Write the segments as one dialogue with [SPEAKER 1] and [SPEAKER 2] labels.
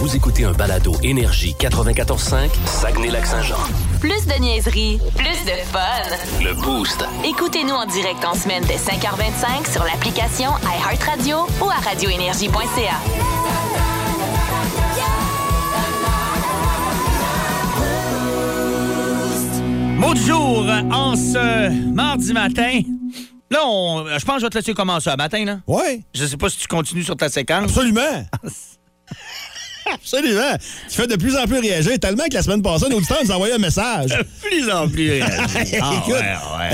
[SPEAKER 1] Vous écoutez un balado Énergie 94.5, Saguenay-Lac-Saint-Jean.
[SPEAKER 2] Plus de niaiserie, plus de fun.
[SPEAKER 1] Le Boost.
[SPEAKER 2] Écoutez-nous en direct en semaine dès 5h25 sur l'application iHeartRadio ou à radioénergie.ca.
[SPEAKER 3] Mot du jour euh, en ce mardi matin. Là, on- euh, je pense que je vais te laisser commencer à matin, là.
[SPEAKER 4] Ouais,
[SPEAKER 3] Je sais pas si tu continues sur ta séquence.
[SPEAKER 4] absolument. Absolument. Tu fais de plus en plus réagir, tellement que la semaine passée, un auditeur nous a envoyé un message.
[SPEAKER 3] plus en plus. Ah,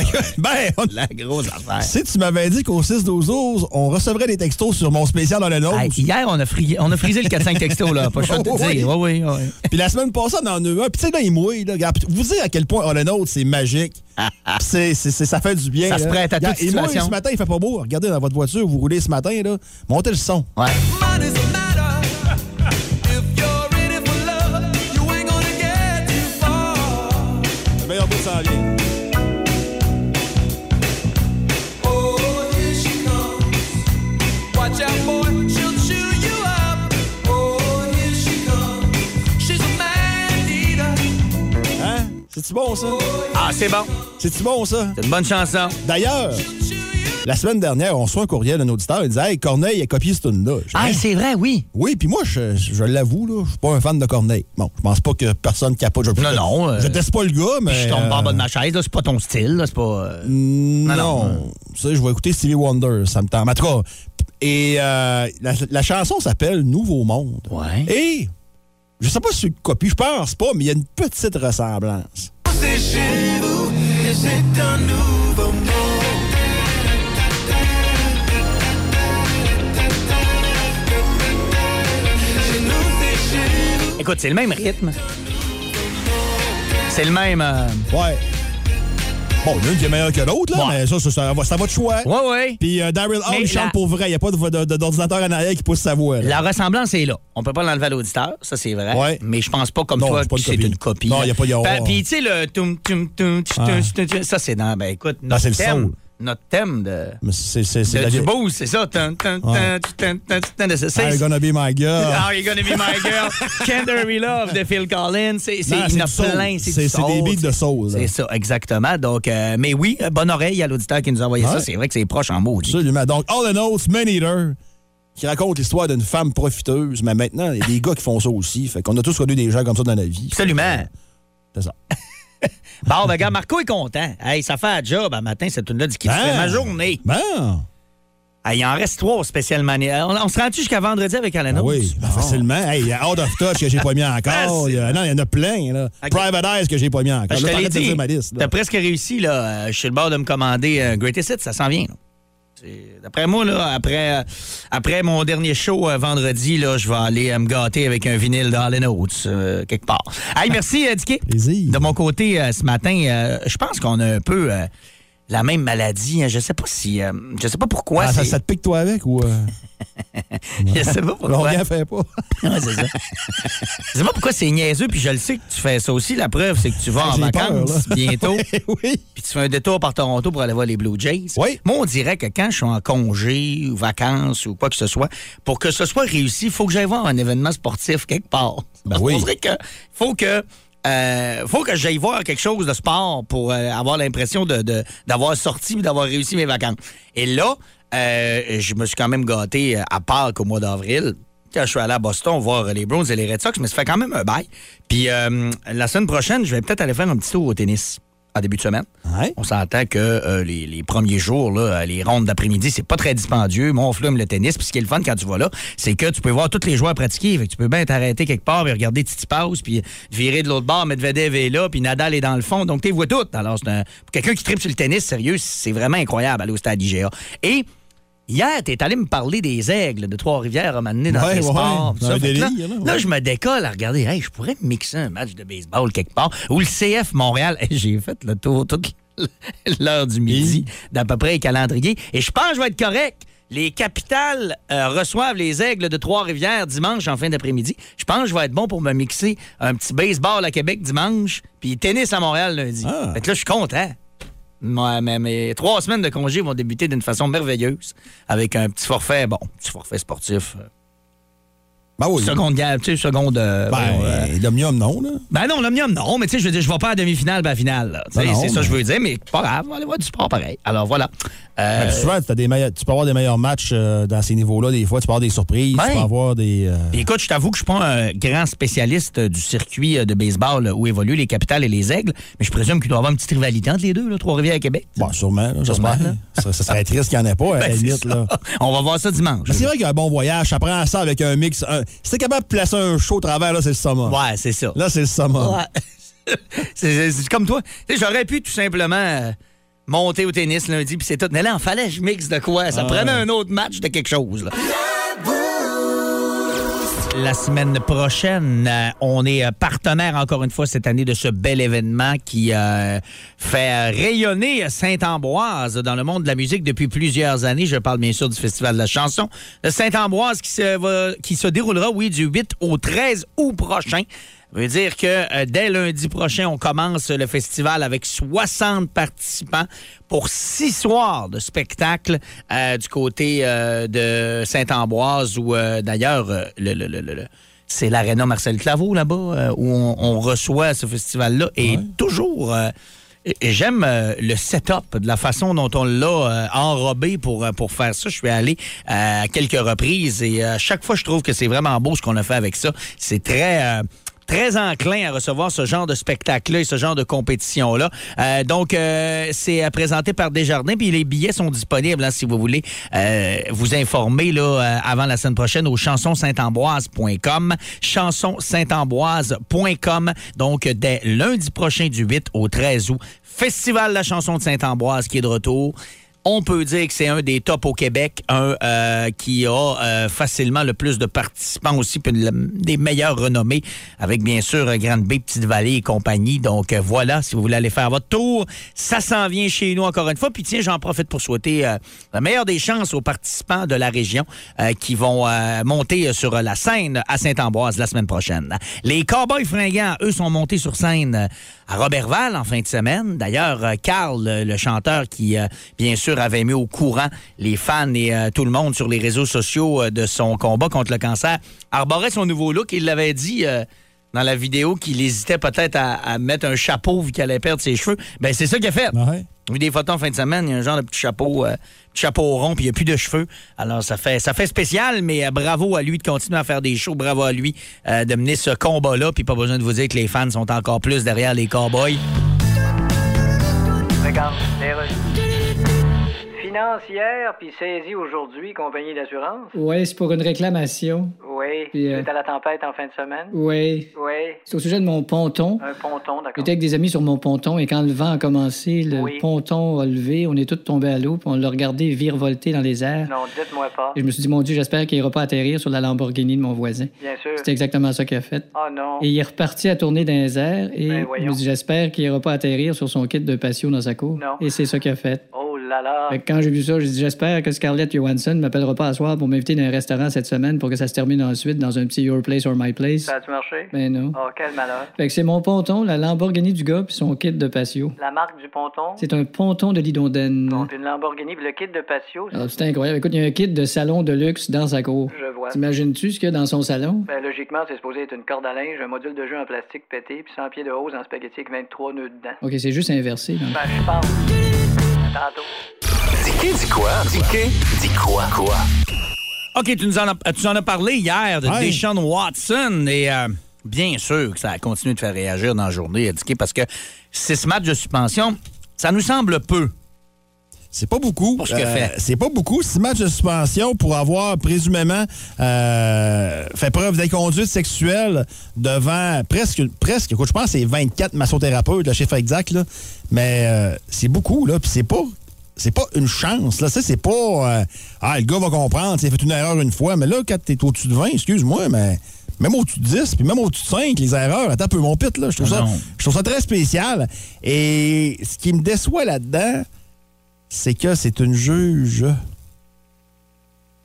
[SPEAKER 4] Écoute, écoute, ben, on-
[SPEAKER 3] La grosse affaire.
[SPEAKER 4] si tu m'avais dit qu'au 6-12-12, on recevrait des textos sur mon spécial dans le nôtre,
[SPEAKER 3] Hey, hier, on a, fri- on a frisé le 4-5 texto, là. Pas le choix de te
[SPEAKER 4] Oui.
[SPEAKER 3] dire. Oui, oui, oui.
[SPEAKER 4] puis la semaine passée, on en a eu un. Puis tu sais, là, il mouille. Là, Regarde, vous dire à quel point on le nôtre, c'est magique. Puis c'est, c'est- c'est- ça fait du bien.
[SPEAKER 3] Ça
[SPEAKER 4] là.
[SPEAKER 3] se prête à
[SPEAKER 4] Regarde,
[SPEAKER 3] toute
[SPEAKER 4] il mouille
[SPEAKER 3] situation.
[SPEAKER 4] ce matin, il fait pas beau. Regardez dans votre voiture, vous roulez ce matin, là, montez le son.
[SPEAKER 3] Ouais.
[SPEAKER 4] Le meilleur bout s'en vient.
[SPEAKER 5] Oh, Oh,
[SPEAKER 4] Hein? C'est-tu bon, ça?
[SPEAKER 3] Ah, c'est bon.
[SPEAKER 4] C'est-tu bon, ça?
[SPEAKER 3] C'est une bonne chanson.
[SPEAKER 4] D'ailleurs, la semaine dernière, on reçoit un courriel d'un auditeur. Il disait Hey, Corneille a copié ce tune-là. Je dis,
[SPEAKER 3] Ah, c'est vrai, oui.
[SPEAKER 4] Oui, puis moi, je, je- je l'avoue, là, je suis pas un fan de Corneille. Bon, je pense pas que personne capote. Je,
[SPEAKER 3] Non, non, euh,
[SPEAKER 4] je déteste pas le gars, mais.
[SPEAKER 3] Je tombe pas en bas de
[SPEAKER 4] euh,
[SPEAKER 3] ma chaise, là. C'est pas ton style, là. C'est pas. euh,
[SPEAKER 4] Non,
[SPEAKER 3] non,
[SPEAKER 4] non. Tu sais, je vais écouter Stevie Wonder, ça me tente. En tout cas, et euh, la, la chanson s'appelle Nouveau Monde.
[SPEAKER 3] Ouais.
[SPEAKER 4] Et je sais pas si c'est copie, je pense pas, mais il y a une petite ressemblance.
[SPEAKER 3] Écoute, c'est le même rythme. C'est le même. euh,
[SPEAKER 4] Ouais. Bon, l'une qui est meilleure que l'autre, là,
[SPEAKER 3] Ouais.
[SPEAKER 4] mais ça, ça, ça va- ça va de choix.
[SPEAKER 3] Ouais, ouais.
[SPEAKER 4] Puis euh, Daryl Hall,
[SPEAKER 3] Mais
[SPEAKER 4] il chante
[SPEAKER 3] la-
[SPEAKER 4] pour vrai. Il n'y a pas de- de- de- d'ordinateur en arrière qui pousse sa voix. là.
[SPEAKER 3] La ressemblance est là. On peut pas l'enlever à l'auditeur, ça c'est vrai.
[SPEAKER 4] Ouais.
[SPEAKER 3] Mais je pense pas comme
[SPEAKER 4] Non,
[SPEAKER 3] toi
[SPEAKER 4] c'est pas
[SPEAKER 3] que
[SPEAKER 4] une
[SPEAKER 3] c'est
[SPEAKER 4] copie.
[SPEAKER 3] une copie.
[SPEAKER 4] Non, y a pas- y a-
[SPEAKER 3] Pa- Puis tu sais le tum tum tum tum, tum, tum, tum, ça c'est dans ben écoute notre
[SPEAKER 4] c'est le
[SPEAKER 3] thème,
[SPEAKER 4] soul.
[SPEAKER 3] notre thème de,
[SPEAKER 4] Mais C'est c'est- c'est
[SPEAKER 3] de-
[SPEAKER 4] la
[SPEAKER 3] du
[SPEAKER 4] vie-
[SPEAKER 3] boost, c'est ça. Tum, tum, tum,
[SPEAKER 4] Ouais.
[SPEAKER 3] tum, tum, tum, tum, c'est- Ah
[SPEAKER 4] I'm
[SPEAKER 3] c'est-
[SPEAKER 4] gonna be my girl.
[SPEAKER 3] Are you gonna be my girl? Can there be love de Phil Collins? C'est, c'est,
[SPEAKER 4] Non,
[SPEAKER 3] il y en a
[SPEAKER 4] c'est du soul.
[SPEAKER 3] plein.
[SPEAKER 4] C'est-
[SPEAKER 3] du
[SPEAKER 4] c'est des
[SPEAKER 3] soul.
[SPEAKER 4] beats de soul, là.
[SPEAKER 3] C'est ça, exactement. Donc, euh, mais oui, euh, bonne oreille à l'auditeur qui nous a envoyé ça.
[SPEAKER 4] Ouais.
[SPEAKER 3] C'est vrai que c'est proche en mots.
[SPEAKER 4] Absolument. Donc, All the Notes, Man Eater, qui raconte l'histoire d'une femme profiteuse. Mais maintenant, il y a des gars qui font ça aussi. Fait qu'on a tous connu des gens comme ça dans la vie.
[SPEAKER 3] Absolument.
[SPEAKER 4] C'est ça.
[SPEAKER 3] Bon, ben, regarde, Marco est content. Hey, ça fait un job à matin, cette tune-là, du qui
[SPEAKER 4] Ah.
[SPEAKER 3] fait ma journée.
[SPEAKER 4] Bon.
[SPEAKER 3] Hey, il en reste trois spécialement. On, on se rend-tu jusqu'à vendredi avec Alan
[SPEAKER 4] Ben
[SPEAKER 3] Oates?
[SPEAKER 4] oui, ben
[SPEAKER 3] Bon.
[SPEAKER 4] facilement.
[SPEAKER 3] Ah.
[SPEAKER 4] Hey, il y a Out of Touch que j'ai pas mis encore. Il y a- non, il y en a plein. Là.
[SPEAKER 3] Ok.
[SPEAKER 4] Private Eyes que j'ai pas mis encore.
[SPEAKER 3] Ben, je
[SPEAKER 4] Là,
[SPEAKER 3] te l'ai
[SPEAKER 4] t'arrêtes de
[SPEAKER 3] dit,
[SPEAKER 4] dire ma liste, là.
[SPEAKER 3] t'as presque réussi, là. Euh, Je suis le bord de me commander un Greatest Hits, ça s'en vient. là. C'est- D'après moi, là, après, euh, après mon dernier show euh, vendredi, là, je vais aller euh, me gâter avec un vinyle dans les notes, quelque part. Hey, merci, euh, Dicky.
[SPEAKER 4] Plaisir.
[SPEAKER 3] De mon côté, euh, ce matin, euh, je pense qu'on a un peu euh, la même maladie. hein. Je sais pas si... euh, je sais pas pourquoi.
[SPEAKER 4] Ah, ça,
[SPEAKER 3] c'est-
[SPEAKER 4] ça te pique toi avec ou. euh,
[SPEAKER 3] Je sais pas
[SPEAKER 4] on
[SPEAKER 3] pourquoi.
[SPEAKER 4] rien fait pas.
[SPEAKER 3] Ouais, c'est ça. Je sais pas pourquoi c'est niaiseux, puis je le sais que tu fais ça aussi. La preuve, c'est que tu vas en
[SPEAKER 4] Ben, J'ai peur,
[SPEAKER 3] vacances
[SPEAKER 4] là.
[SPEAKER 3] bientôt,
[SPEAKER 4] oui.
[SPEAKER 3] puis tu fais un détour par Toronto pour aller voir les Blue Jays.
[SPEAKER 4] Oui.
[SPEAKER 3] Moi, on dirait que quand je suis en congé ou vacances ou quoi que ce soit, pour que ce soit réussi, il faut que j'aille voir un événement sportif quelque part.
[SPEAKER 4] Ben oui.
[SPEAKER 3] On dirait que faut que. euh, faut que j'aille voir quelque chose de sport pour euh, avoir l'impression de- de- d'avoir sorti et d'avoir réussi mes vacances. Et là, euh, je me suis quand même gâté euh, à Pâques au mois d'avril. Quand je suis allé à Boston voir euh, les Browns et les Red Sox, mais ça fait quand même un bail. Puis euh, la semaine prochaine, je vais peut-être aller faire un petit tour au tennis en début de semaine.
[SPEAKER 4] Ouais.
[SPEAKER 3] On s'entend que euh, les, les premiers jours, là, euh, les rondes d'après-midi, c'est pas très dispendieux. Moi, on flume le tennis. Puis ce qui est le fun quand tu vas là, c'est que tu peux voir tous les joueurs pratiquer. Fait que tu peux bien t'arrêter quelque part et regarder Titi Pass, puis virer de l'autre bord, Medvedev est là, puis Nadal est dans le fond. Donc, tu les vois toutes. Alors, c'est un- pour quelqu'un qui tripe sur le tennis, sérieux, c'est vraiment incroyable aller au stade IGA. Et hier, t'es allé me parler des aigles de Trois-Rivières à un moment donné dans
[SPEAKER 4] Ouais,
[SPEAKER 3] tes
[SPEAKER 4] ouais,
[SPEAKER 3] sports,
[SPEAKER 4] dans
[SPEAKER 3] tout
[SPEAKER 4] un
[SPEAKER 3] Fait que là-
[SPEAKER 4] délire, là, ouais.
[SPEAKER 3] là, je me décolle à regarder, hey, je pourrais mixer un match de baseball quelque part. Ou le CF Montréal. Hey, J'ai fait le tour toute l'heure du midi d'à peu près les calendriers. Et je pense que je vais être correct. Les capitales euh, reçoivent les aigles de Trois-Rivières dimanche en fin d'après-midi. Je pense que je vais être bon pour me mixer un petit baseball à Québec dimanche, puis tennis à Montréal lundi.
[SPEAKER 4] Ah.
[SPEAKER 3] Fait que là, je suis content. Moi, mais mes trois semaines de congé vont débuter d'une façon merveilleuse avec un petit forfait, bon, petit forfait sportif. euh,
[SPEAKER 4] Ben oui.
[SPEAKER 3] Seconde guerre, tu sais, seconde. euh,
[SPEAKER 4] Ben,
[SPEAKER 3] voyons, euh,
[SPEAKER 4] l'omnium, non, là.
[SPEAKER 3] ben non, l'Omnium, non, mais tu sais, je veux dire, je ne vais pas à demi-finale, ben à finale. là. Tu sais,
[SPEAKER 4] Ben non,
[SPEAKER 3] c'est ça que je
[SPEAKER 4] mais-
[SPEAKER 3] veux dire, mais pas grave, on va aller voir du sport pareil. Alors voilà. Euh,
[SPEAKER 4] Ben, souvent, t'as des meilleurs- tu peux avoir des meilleurs matchs euh, dans ces niveaux-là. Des fois, tu peux avoir des surprises,
[SPEAKER 3] Ouais.
[SPEAKER 4] tu peux avoir des. euh,
[SPEAKER 3] puis écoute, je t'avoue que je ne suis pas un grand spécialiste euh, du circuit euh, de baseball euh, où évoluent les capitales et les aigles, mais je présume qu'il doit y avoir une petite rivalité entre les deux, là, Trois-Rivières et Québec.
[SPEAKER 4] Bon, sûrement, là,
[SPEAKER 3] Sûrement,
[SPEAKER 4] j'espère.
[SPEAKER 3] là.
[SPEAKER 4] Ça, ça serait triste qu'il n'y en ait pas, hein, à la
[SPEAKER 3] Ben, c'est
[SPEAKER 4] limite,
[SPEAKER 3] ça.
[SPEAKER 4] là.
[SPEAKER 3] On va voir ça dimanche.
[SPEAKER 4] Mais c'est vrai qu'un bon voyage, ça prend ça avec un mix. un- Si t'es capable de placer un show au travers, là, c'est le summum.
[SPEAKER 3] Ouais, c'est ça.
[SPEAKER 4] Là, c'est le summum.
[SPEAKER 3] Ouais. c'est, c'est- c'est comme toi. Tu sais, J'aurais pu tout simplement euh, monter au tennis lundi, puis c'est tout. Mais là, en fallait que je mixe de quoi? Ça prenait un autre match de quelque chose. là. La semaine prochaine, euh, on est euh, partenaire encore une fois cette année de ce bel événement qui euh, fait euh, rayonner Saint-Ambroise dans le monde de la musique depuis plusieurs années. Je parle bien sûr du Festival de la chanson de Saint-Ambroise qui se, va- qui se déroulera, oui, du 8 au 13 août prochain. Ça veut dire que euh, dès lundi prochain, on commence le festival avec 60 participants pour six soirs de spectacle euh, du côté euh, de Saint-Ambroise où euh, d'ailleurs euh, le- le- le- le- le- c'est l'aréna Marcel Claveau là-bas euh, où on, on reçoit ce festival-là et toujours. euh, et- et J'aime euh, le setup, de la façon dont on l'a euh, enrobé pour, euh, pour faire ça. Je suis allé euh, à quelques reprises et euh, à chaque fois, je trouve que c'est vraiment beau ce qu'on a fait avec ça. C'est très... euh, très enclin à recevoir ce genre de spectacle-là et ce genre de compétition-là. Euh, donc, euh, c'est euh, présenté par Desjardins, puis les billets sont disponibles hein, si vous voulez euh, vous informer là, euh, avant la semaine prochaine au chansonsaintamboise.com, chansonsaintamboise.com. Donc, dès lundi prochain du 8 au 13 août, Festival de la chanson de Saint-Ambroise qui est de retour. On peut dire que c'est un des tops au Québec, un euh, qui a euh, facilement le plus de participants aussi, puis de la- des meilleurs renommées, avec bien sûr euh, Grande Baie, Petite Vallée et compagnie. Donc euh, voilà, si vous voulez aller faire votre tour, ça s'en vient chez nous encore une fois. Puis tiens, j'en profite pour souhaiter euh, la meilleure des chances aux participants de la région euh, qui vont euh, monter sur la scène à Saint-Ambroise la semaine prochaine. Les Cowboys fringants, eux, sont montés sur scène euh, à Robertval en fin de semaine. D'ailleurs, euh, Carl, euh, le chanteur qui, euh, bien sûr, avait mis au courant les fans et euh, tout le monde sur les réseaux sociaux euh, de son combat contre le cancer, arborait son nouveau look. Il l'avait dit euh, dans la vidéo qu'il hésitait peut-être à, à mettre un chapeau vu qu'il allait perdre ses cheveux. Ben, c'est ça qu'il a fait.
[SPEAKER 4] Ouais.
[SPEAKER 3] J'ai vu des photos en fin de semaine, il y a un genre de petit chapeau, euh, petit chapeau rond, puis il n'y a plus de cheveux. Alors, ça fait, ça fait spécial, mais euh, bravo à lui de continuer à faire des shows, bravo à lui euh, de mener ce combat-là, puis pas besoin de vous dire que les fans sont encore plus derrière les cowboys.
[SPEAKER 6] Regarde, les rues. Financière, puis saisie aujourd'hui, compagnie d'assurance.
[SPEAKER 7] Oui, c'est pour une réclamation.
[SPEAKER 6] Oui.
[SPEAKER 7] Puis, euh,
[SPEAKER 6] Suite à la tempête en fin de semaine.
[SPEAKER 7] Oui.
[SPEAKER 6] Oui.
[SPEAKER 7] C'est au sujet de mon ponton.
[SPEAKER 6] Un ponton, d'accord.
[SPEAKER 7] J'étais avec des amis sur mon ponton et quand le vent a commencé, le
[SPEAKER 6] Oui.
[SPEAKER 7] ponton a levé, on est tous tombés à l'eau, puis on l'a regardé virevolter dans les airs.
[SPEAKER 6] Non, dites-moi pas.
[SPEAKER 7] Et je me suis dit, mon Dieu, j'espère qu'il ira pas atterrir sur la Lamborghini de mon voisin.
[SPEAKER 6] Bien sûr.
[SPEAKER 7] C'est exactement ça qu'il a fait.
[SPEAKER 6] Oh non.
[SPEAKER 7] Et il est reparti à tourner dans les airs et
[SPEAKER 6] Ben,
[SPEAKER 7] je
[SPEAKER 6] voyons.
[SPEAKER 7] me dis, j'espère qu'il ira pas atterrir sur son kit de patio dans sa cour.
[SPEAKER 6] Non.
[SPEAKER 7] Et c'est ça qu'il a fait.
[SPEAKER 6] Oh là là.
[SPEAKER 7] Fait que quand j'ai vu ça, j'ai dit j'espère que Scarlett Johansson m'appellera pas à soir pour m'inviter dans un restaurant cette semaine pour que ça se termine ensuite dans un petit Your Place or My Place.
[SPEAKER 6] Ça a-tu marché?
[SPEAKER 7] Ben non.
[SPEAKER 6] Oh, quel malheur.
[SPEAKER 7] Fait que c'est mon ponton, la Lamborghini du gars puis son kit de patio.
[SPEAKER 6] La marque du ponton.
[SPEAKER 7] C'est un ponton de Lidonden.
[SPEAKER 6] Donc, une Lamborghini, puis le kit de patio.
[SPEAKER 7] C'est incroyable. Écoute, il y a un kit de salon de luxe dans sa cour.
[SPEAKER 6] Je vois.
[SPEAKER 7] T'imagines-tu ce qu'il y a dans son salon?
[SPEAKER 6] Ben, logiquement, c'est supposé être une corde à linge, un module de jeu en plastique pété, puis 100 pieds de hausse en spaghetti avec 23 nœuds dedans.
[SPEAKER 7] OK, c'est juste inversé. là.
[SPEAKER 6] Ben, je pense. À Tantôt.
[SPEAKER 1] Dis-qui, dis quoi? Dis-qui, dis quoi? Quoi?
[SPEAKER 3] OK, tu nous en as, tu en as parlé hier de
[SPEAKER 4] Ouais.
[SPEAKER 3] Deshaun Watson et euh, bien sûr que ça a continué de faire réagir dans la journée, indiqué, parce que six matchs de suspension, ça nous semble peu.
[SPEAKER 4] C'est pas beaucoup. Euh,
[SPEAKER 3] Pour ce qu'il a fait.
[SPEAKER 4] c'est pas beaucoup. Six matchs de suspension pour avoir présumément euh, fait preuve d'inconduite sexuelle devant presque, presque, écoute, je pense que c'est 24 massothérapeutes, le chiffre exact, là. Mais euh, c'est beaucoup, là. Puis c'est pas. C'est pas une chance, là. Ça, c'est pas. euh, ah, le gars va comprendre. Il a fait une erreur une fois. Mais là, quand t'es au-dessus de 20, excuse-moi, mais même au-dessus de 10, puis même au-dessus de 5, les erreurs, attends un peu mon pit, là. Je trouve, ça,
[SPEAKER 3] Ah Non.
[SPEAKER 4] je trouve ça très spécial. Et ce qui me déçoit là-dedans, c'est que c'est une juge. Là,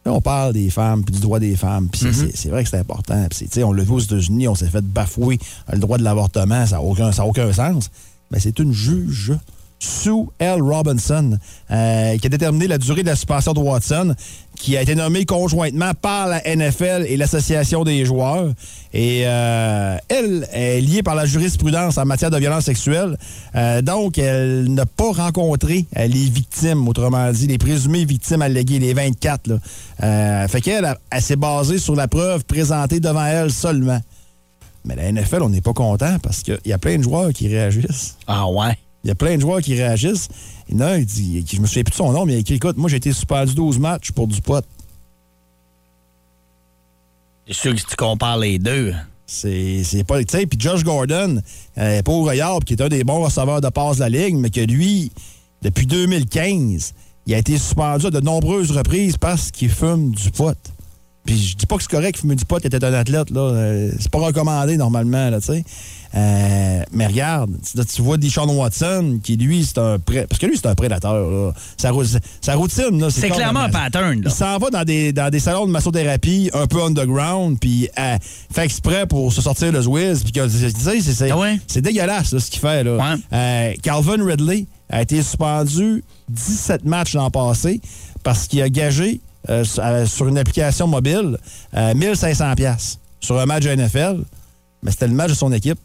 [SPEAKER 4] on parle des femmes, puis du droit des femmes, puis c'est- c'est- c'est vrai que c'est important. Puis c'est- tu sais, on le voit aux États-Unis, on s'est fait bafouer le droit de l'avortement, ça n'a aucun, ça a aucun sens. Mais c'est une juge. Sue L. Robinson, euh, qui a déterminé la durée de la suspension de Watson, qui a été nommée conjointement par la NFL et l'Association des joueurs. Et euh, elle est liée par la jurisprudence en matière de violence sexuelle. Euh, donc, elle n'a pas rencontré euh, les victimes, autrement dit, les présumées victimes alléguées, les 24. Là. Euh, fait qu'elle, elle, elle s'est basée sur la preuve présentée devant elle seulement. Mais la NFL, on n'est pas content parce qu'il y a plein de joueurs qui réagissent.
[SPEAKER 3] Ah ouais.
[SPEAKER 4] Il y a plein de joueurs qui réagissent. Il y en a un qui dit, qui- je me souviens plus de son nom, mais il a écrit Écoute, moi j'ai été suspendu 12 matchs pour du pot.
[SPEAKER 3] C'est sûr que si tu compares les deux.
[SPEAKER 4] C'est c'est pas. Tu sais, puis Josh Gordon, euh, pauvre Yard, qui est un des bons receveurs de passe de la Ligue, mais que lui, depuis 2015, il a été suspendu à de nombreuses reprises parce qu'il fume du pot. Puis je dis pas que c'est correct de fumer du pot quand t'es un athlète, là. Euh, C'est pas recommandé normalement, là, tu sais. Euh, mais regarde, tu, là, tu vois Deshaun Watson, qui lui, c'est un pré... Parce que lui, c'est un prédateur, là. Sa, rou- sa routine, là,
[SPEAKER 3] C'est
[SPEAKER 4] comme-
[SPEAKER 3] clairement un pattern, là.
[SPEAKER 4] Il s'en va dans des, dans des salons de massothérapie un peu underground, puis euh, fait exprès pour se sortir le Zwiz. Puis que, tu sais, c'est, c'est,
[SPEAKER 3] Ah ouais?
[SPEAKER 4] c'est dégueulasse, là, ce qu'il fait, là.
[SPEAKER 3] Ouais.
[SPEAKER 4] Euh, Calvin Ridley a été suspendu 17 matchs l'an passé parce qu'il a gagé euh, sur- euh, sur une application mobile euh, 1500 pièces sur un match NFL, mais c'était le match de son équipe,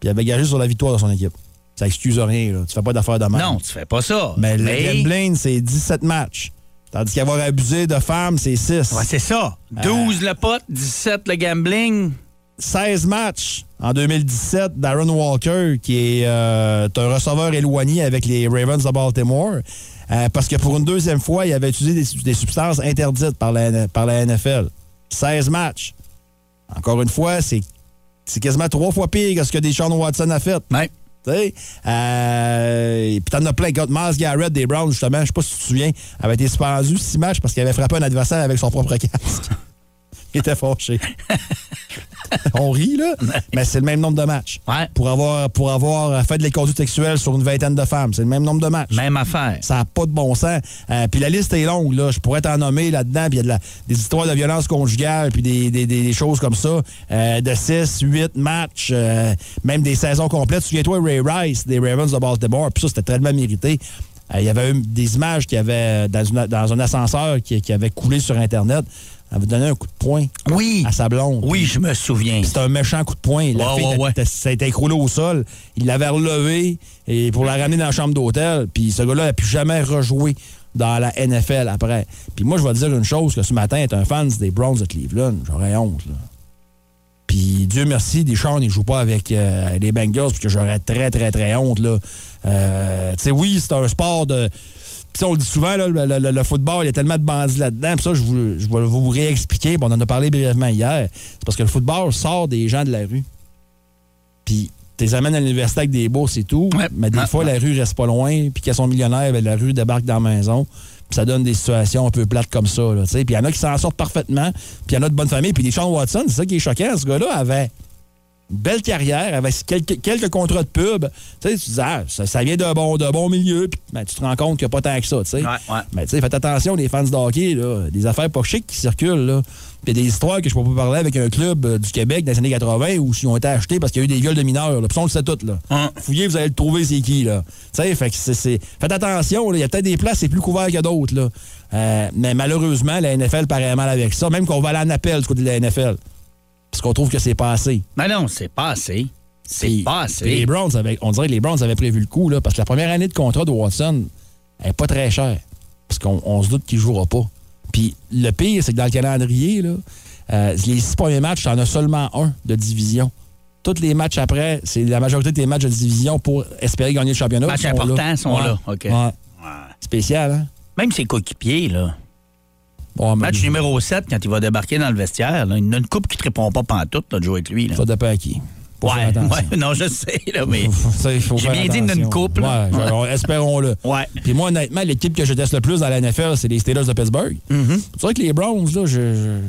[SPEAKER 4] puis il avait gagé sur la victoire de son équipe. Ça excuse rien, là. tu fais pas d'affaires de mal.
[SPEAKER 3] Non, tu fais pas ça.
[SPEAKER 4] Mais le gambling, c'est 17 matchs. Tandis qu'avoir abusé de femmes, c'est 6.
[SPEAKER 3] Ouais, c'est ça. 12 Euh, le pot, 17 le gambling.
[SPEAKER 4] 16 matchs en 2017, Darren Walker, qui est euh, un receveur éloigné avec les Ravens de Baltimore, euh, parce que pour une deuxième fois, il avait utilisé des, des substances interdites par la, par la NFL. 16 matchs. Encore une fois, c'est c'est quasiment trois fois pire que ce que Deshaun Watson a fait.
[SPEAKER 3] Ouais.
[SPEAKER 4] Tu sais, euh, et puis t'en as plein. Écoute, Miles Garrett des Browns, justement, je sais pas si tu te souviens, avait été suspendu six matchs parce qu'il avait frappé un adversaire avec son propre casque. Il était fâché. On rit, là, mais c'est le même nombre de matchs.
[SPEAKER 3] Ouais.
[SPEAKER 4] Pour avoir, pour avoir fait de les conduites sexuelles sur une vingtaine de femmes, c'est le même nombre de matchs.
[SPEAKER 3] Même affaire.
[SPEAKER 4] Ça n'a pas de bon sens. Euh, puis la liste est longue, là. Je pourrais t'en nommer là-dedans. Puis il y a de la- des histoires de violence conjugale, puis des, des- des- des choses comme ça. Euh, de 6, 8 matchs, euh, même des saisons complètes. Souviens-toi, Ray Rice, des Ravens de Baltimore. Puis ça, c'était tellement mérité. Euh, Il y avait eu des images qui avaient dans, une- dans un ascenseur qui, qui avait coulé sur Internet. Elle avait donné un coup de poing
[SPEAKER 3] Oui.
[SPEAKER 4] à sa blonde.
[SPEAKER 3] Ah, Oui, je me souviens.
[SPEAKER 4] C'était un méchant coup de poing. La
[SPEAKER 3] Ouais,
[SPEAKER 4] fille,
[SPEAKER 3] ouais,
[SPEAKER 4] elle
[SPEAKER 3] ouais.
[SPEAKER 4] était- s'était écroulée au sol. Il l'avait relevée et pour la ramener dans la chambre d'hôtel. Puis ce gars-là n'a plus jamais rejoué dans la NFL après. Puis moi, je vais te dire une chose, que ce matin, être un fan des Browns de Cleveland, j'aurais honte. là. Puis Dieu merci, Deschamps, il joue pas avec euh, les Bengals, parce que j'aurais très, très, très honte. là. Euh, tu sais, oui, c'est un sport de... Puis ça, on le dit souvent, là, le, le- le football, il y a tellement de bandits là-dedans. Puis ça, je, vous, je vais vous réexpliquer. puis on en a parlé brièvement hier. C'est parce que le football sort des gens de la rue. Puis t'es amènes à l'université avec des bourses et tout.
[SPEAKER 3] Ouais.
[SPEAKER 4] Mais des
[SPEAKER 3] Ouais.
[SPEAKER 4] fois, la rue reste pas loin. Puis qu'elles sont millionnaires, ben, la rue débarque dans la maison. Puis ça donne des situations un peu plates comme ça. là, tu sais. Puis il y en a qui s'en sortent parfaitement. Puis il y en a de bonnes familles. Puis Deshaun Watson, c'est ça qui est choquant. Ce gars-là avait une belle carrière, avec quelques, quelques contrats de pub. Tu sais, tu disais, ah, ça, ça vient d'un bon, d'un bon milieu, puis ben, tu te rends compte qu'il n'y a pas tant que ça. tu sais.
[SPEAKER 3] Ouais, ouais.
[SPEAKER 4] Mais tu sais, faites attention, les fans de hockey, là, des affaires pas chics qui circulent. Là. Puis il y a des histoires que je peux pas parler avec un club euh, du Québec dans les années 80 où ils ont été achetés parce qu'il y a eu des viols de mineurs. Là. Puis ça, on le sait tout. Là.
[SPEAKER 3] Hein.
[SPEAKER 4] Fouillez, vous allez le trouver, c'est qui. Là. Tu sais, fait que c'est- c'est- Faites attention, là, il y a peut-être des places, c'est plus couvert que d'autres. là. Euh, mais malheureusement, la NFL paraît mal avec ça, même qu'on va aller en appel du côté de la NFL. Parce qu'on trouve que c'est pas assez.
[SPEAKER 3] Mais non, c'est pas assez. C'est
[SPEAKER 4] Puis-
[SPEAKER 3] pas
[SPEAKER 4] puis Les
[SPEAKER 3] assez.
[SPEAKER 4] Browns avaient, on dirait que les Browns avaient prévu le coup, là, parce que la première année de contrat de Watson, elle est pas très chère. Parce qu'on on se doute qu'il jouera pas. Puis le pire, c'est que dans le calendrier, là, euh, les six premiers matchs, t'en as seulement un de division. Tous les matchs après, c'est la majorité des matchs de division pour espérer gagner le championnat.
[SPEAKER 3] Matchs
[SPEAKER 4] Ils sont
[SPEAKER 3] importants sont
[SPEAKER 4] Ouais.
[SPEAKER 3] là, OK.
[SPEAKER 4] Ouais. Spécial, hein?
[SPEAKER 3] Même ses coéquipiers, là.
[SPEAKER 4] Bon, mais-
[SPEAKER 3] Match numéro 7, quand il va débarquer dans le vestiaire, là, il y en a une coupe qui ne te répond pas pantoute là, de jouer avec lui. Là.
[SPEAKER 4] Ça dépend à qui. Faut
[SPEAKER 3] Ouais,
[SPEAKER 4] faire attention.
[SPEAKER 3] ouais, non, je sais, là, mais.
[SPEAKER 4] Ça, il faut
[SPEAKER 3] J'ai
[SPEAKER 4] faire
[SPEAKER 3] bien dit
[SPEAKER 4] attention.
[SPEAKER 3] d'une couple.
[SPEAKER 4] Ouais, genre, on- espérons-le.
[SPEAKER 3] Ouais.
[SPEAKER 4] Puis moi, honnêtement, l'équipe que je teste le plus dans la NFL,
[SPEAKER 3] Mm-hmm.
[SPEAKER 4] c'est les Steelers de Pittsburgh. C'est vrai que les Browns, là, je. je-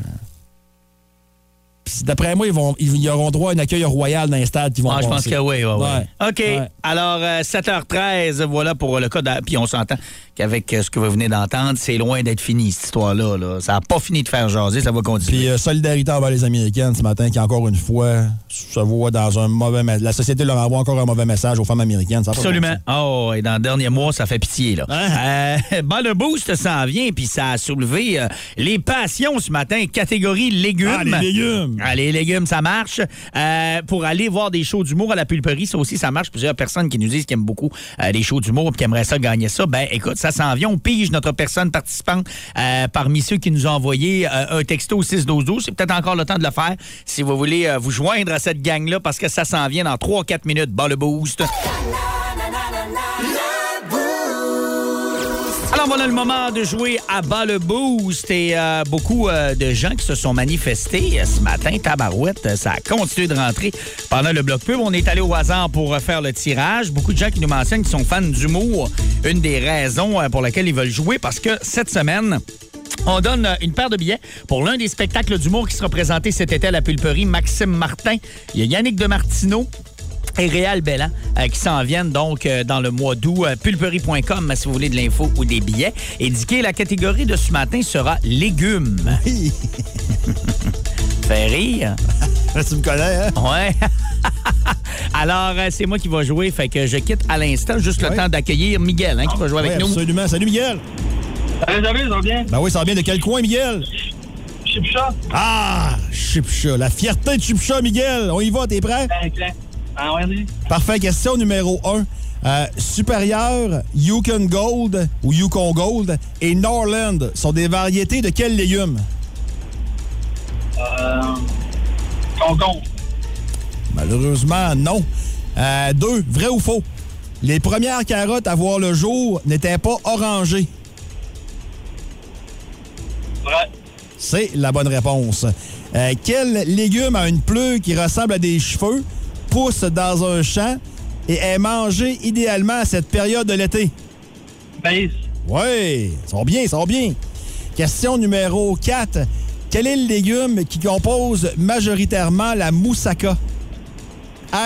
[SPEAKER 4] Puis D'après moi, ils, vont, ils, ils auront droit à un accueil royal dans les stades qui vont
[SPEAKER 3] Ah, je pense
[SPEAKER 4] passer.
[SPEAKER 3] que oui, oui, oui.
[SPEAKER 4] Ouais.
[SPEAKER 3] OK.
[SPEAKER 4] Ouais.
[SPEAKER 3] Alors, euh, 7h13, voilà pour le cas. de- Puis on s'entend qu'avec euh, ce que vous venez d'entendre, c'est loin d'être fini, cette histoire-là. là. Ça n'a pas fini de faire jaser, ça va continuer.
[SPEAKER 4] Puis euh, solidarité envers les Américaines ce matin, qui encore une fois se voit dans un mauvais message. La société leur envoie encore un mauvais message aux femmes américaines. Ça a pas Hein? de bon
[SPEAKER 3] Absolument.
[SPEAKER 4] sens.
[SPEAKER 3] Oh, et dans le dernier mois, ça fait pitié, là. Euh, bon, le boost s'en vient, puis ça a soulevé euh, les passions ce matin, catégorie légumes.
[SPEAKER 4] Ah, les légumes.
[SPEAKER 3] Ah, les légumes, ça marche. Euh, pour aller voir des shows d'humour à la pulperie, ça aussi, ça marche. Plusieurs personnes qui nous disent qu'ils aiment beaucoup euh, les shows d'humour et qui aimeraient ça gagner ça. Ben, écoute, ça s'en vient. On pige notre personne participante euh, parmi ceux qui nous ont envoyé euh, un texto au 6-12-12. C'est peut-être encore le temps de le faire si vous voulez euh, vous joindre à cette gang-là parce que ça s'en vient dans 3-4 minutes. Bon, le boost. Alors voilà le moment de jouer à bas le boost et euh, beaucoup euh, de gens qui se sont manifestés euh, ce matin. Tabarouette, euh, ça a continué de rentrer pendant le bloc pub. On est allé au hasard pour euh, faire le tirage. Beaucoup de gens qui nous mentionnent qu'ils sont fans d'humour. Une des raisons euh, pour laquelle ils veulent jouer parce que cette semaine, on donne euh, une paire de billets pour l'un des spectacles d'humour qui sera présenté cet été à la pulperie. Maxime Martin, il y a Yannick de Martineau, et Réal Bellan euh, qui s'en viennent donc euh, dans le mois d'août. Euh, pulperie.com euh, si vous voulez de l'info ou des billets. Indiquez la catégorie de ce matin sera légumes. Fait rire.
[SPEAKER 4] Tu me connais, hein?
[SPEAKER 3] Ouais. Alors, euh, c'est moi qui va jouer. Fait que je quitte à l'instant, juste le
[SPEAKER 4] Ouais.
[SPEAKER 3] temps d'accueillir Miguel, hein, qui va jouer avec
[SPEAKER 4] Oui,
[SPEAKER 3] nous.
[SPEAKER 4] absolument. Salut, Miguel.
[SPEAKER 8] Salut, David, ça va bien?
[SPEAKER 4] Ben oui, ça vient de quel coin, Miguel?
[SPEAKER 8] Je suis Pichard.
[SPEAKER 4] Ah, Chipcha. La fierté de Chipcha, Miguel. On y va, t'es prêt?
[SPEAKER 8] Ben, clair. Ah, ouais, vas-y.
[SPEAKER 4] Parfait. Question numéro 1. supérieur, Yukon Gold ou Yukon Gold et Norland sont des variétés de quels légumes?
[SPEAKER 8] Euh. Concombre.
[SPEAKER 4] Malheureusement, non. Euh, deux, vrai ou faux? Les premières carottes à voir le jour n'étaient pas orangées.
[SPEAKER 8] Vrai.
[SPEAKER 4] C'est la bonne réponse. Euh, quel légume a une pluie qui ressemble à des cheveux, pousse dans un champ et est mangé idéalement à cette période de l'été?
[SPEAKER 8] Base.
[SPEAKER 4] Oui, ils sont bien, ils sont bien. Question numéro 4. Quel est le légume qui compose majoritairement la moussaka?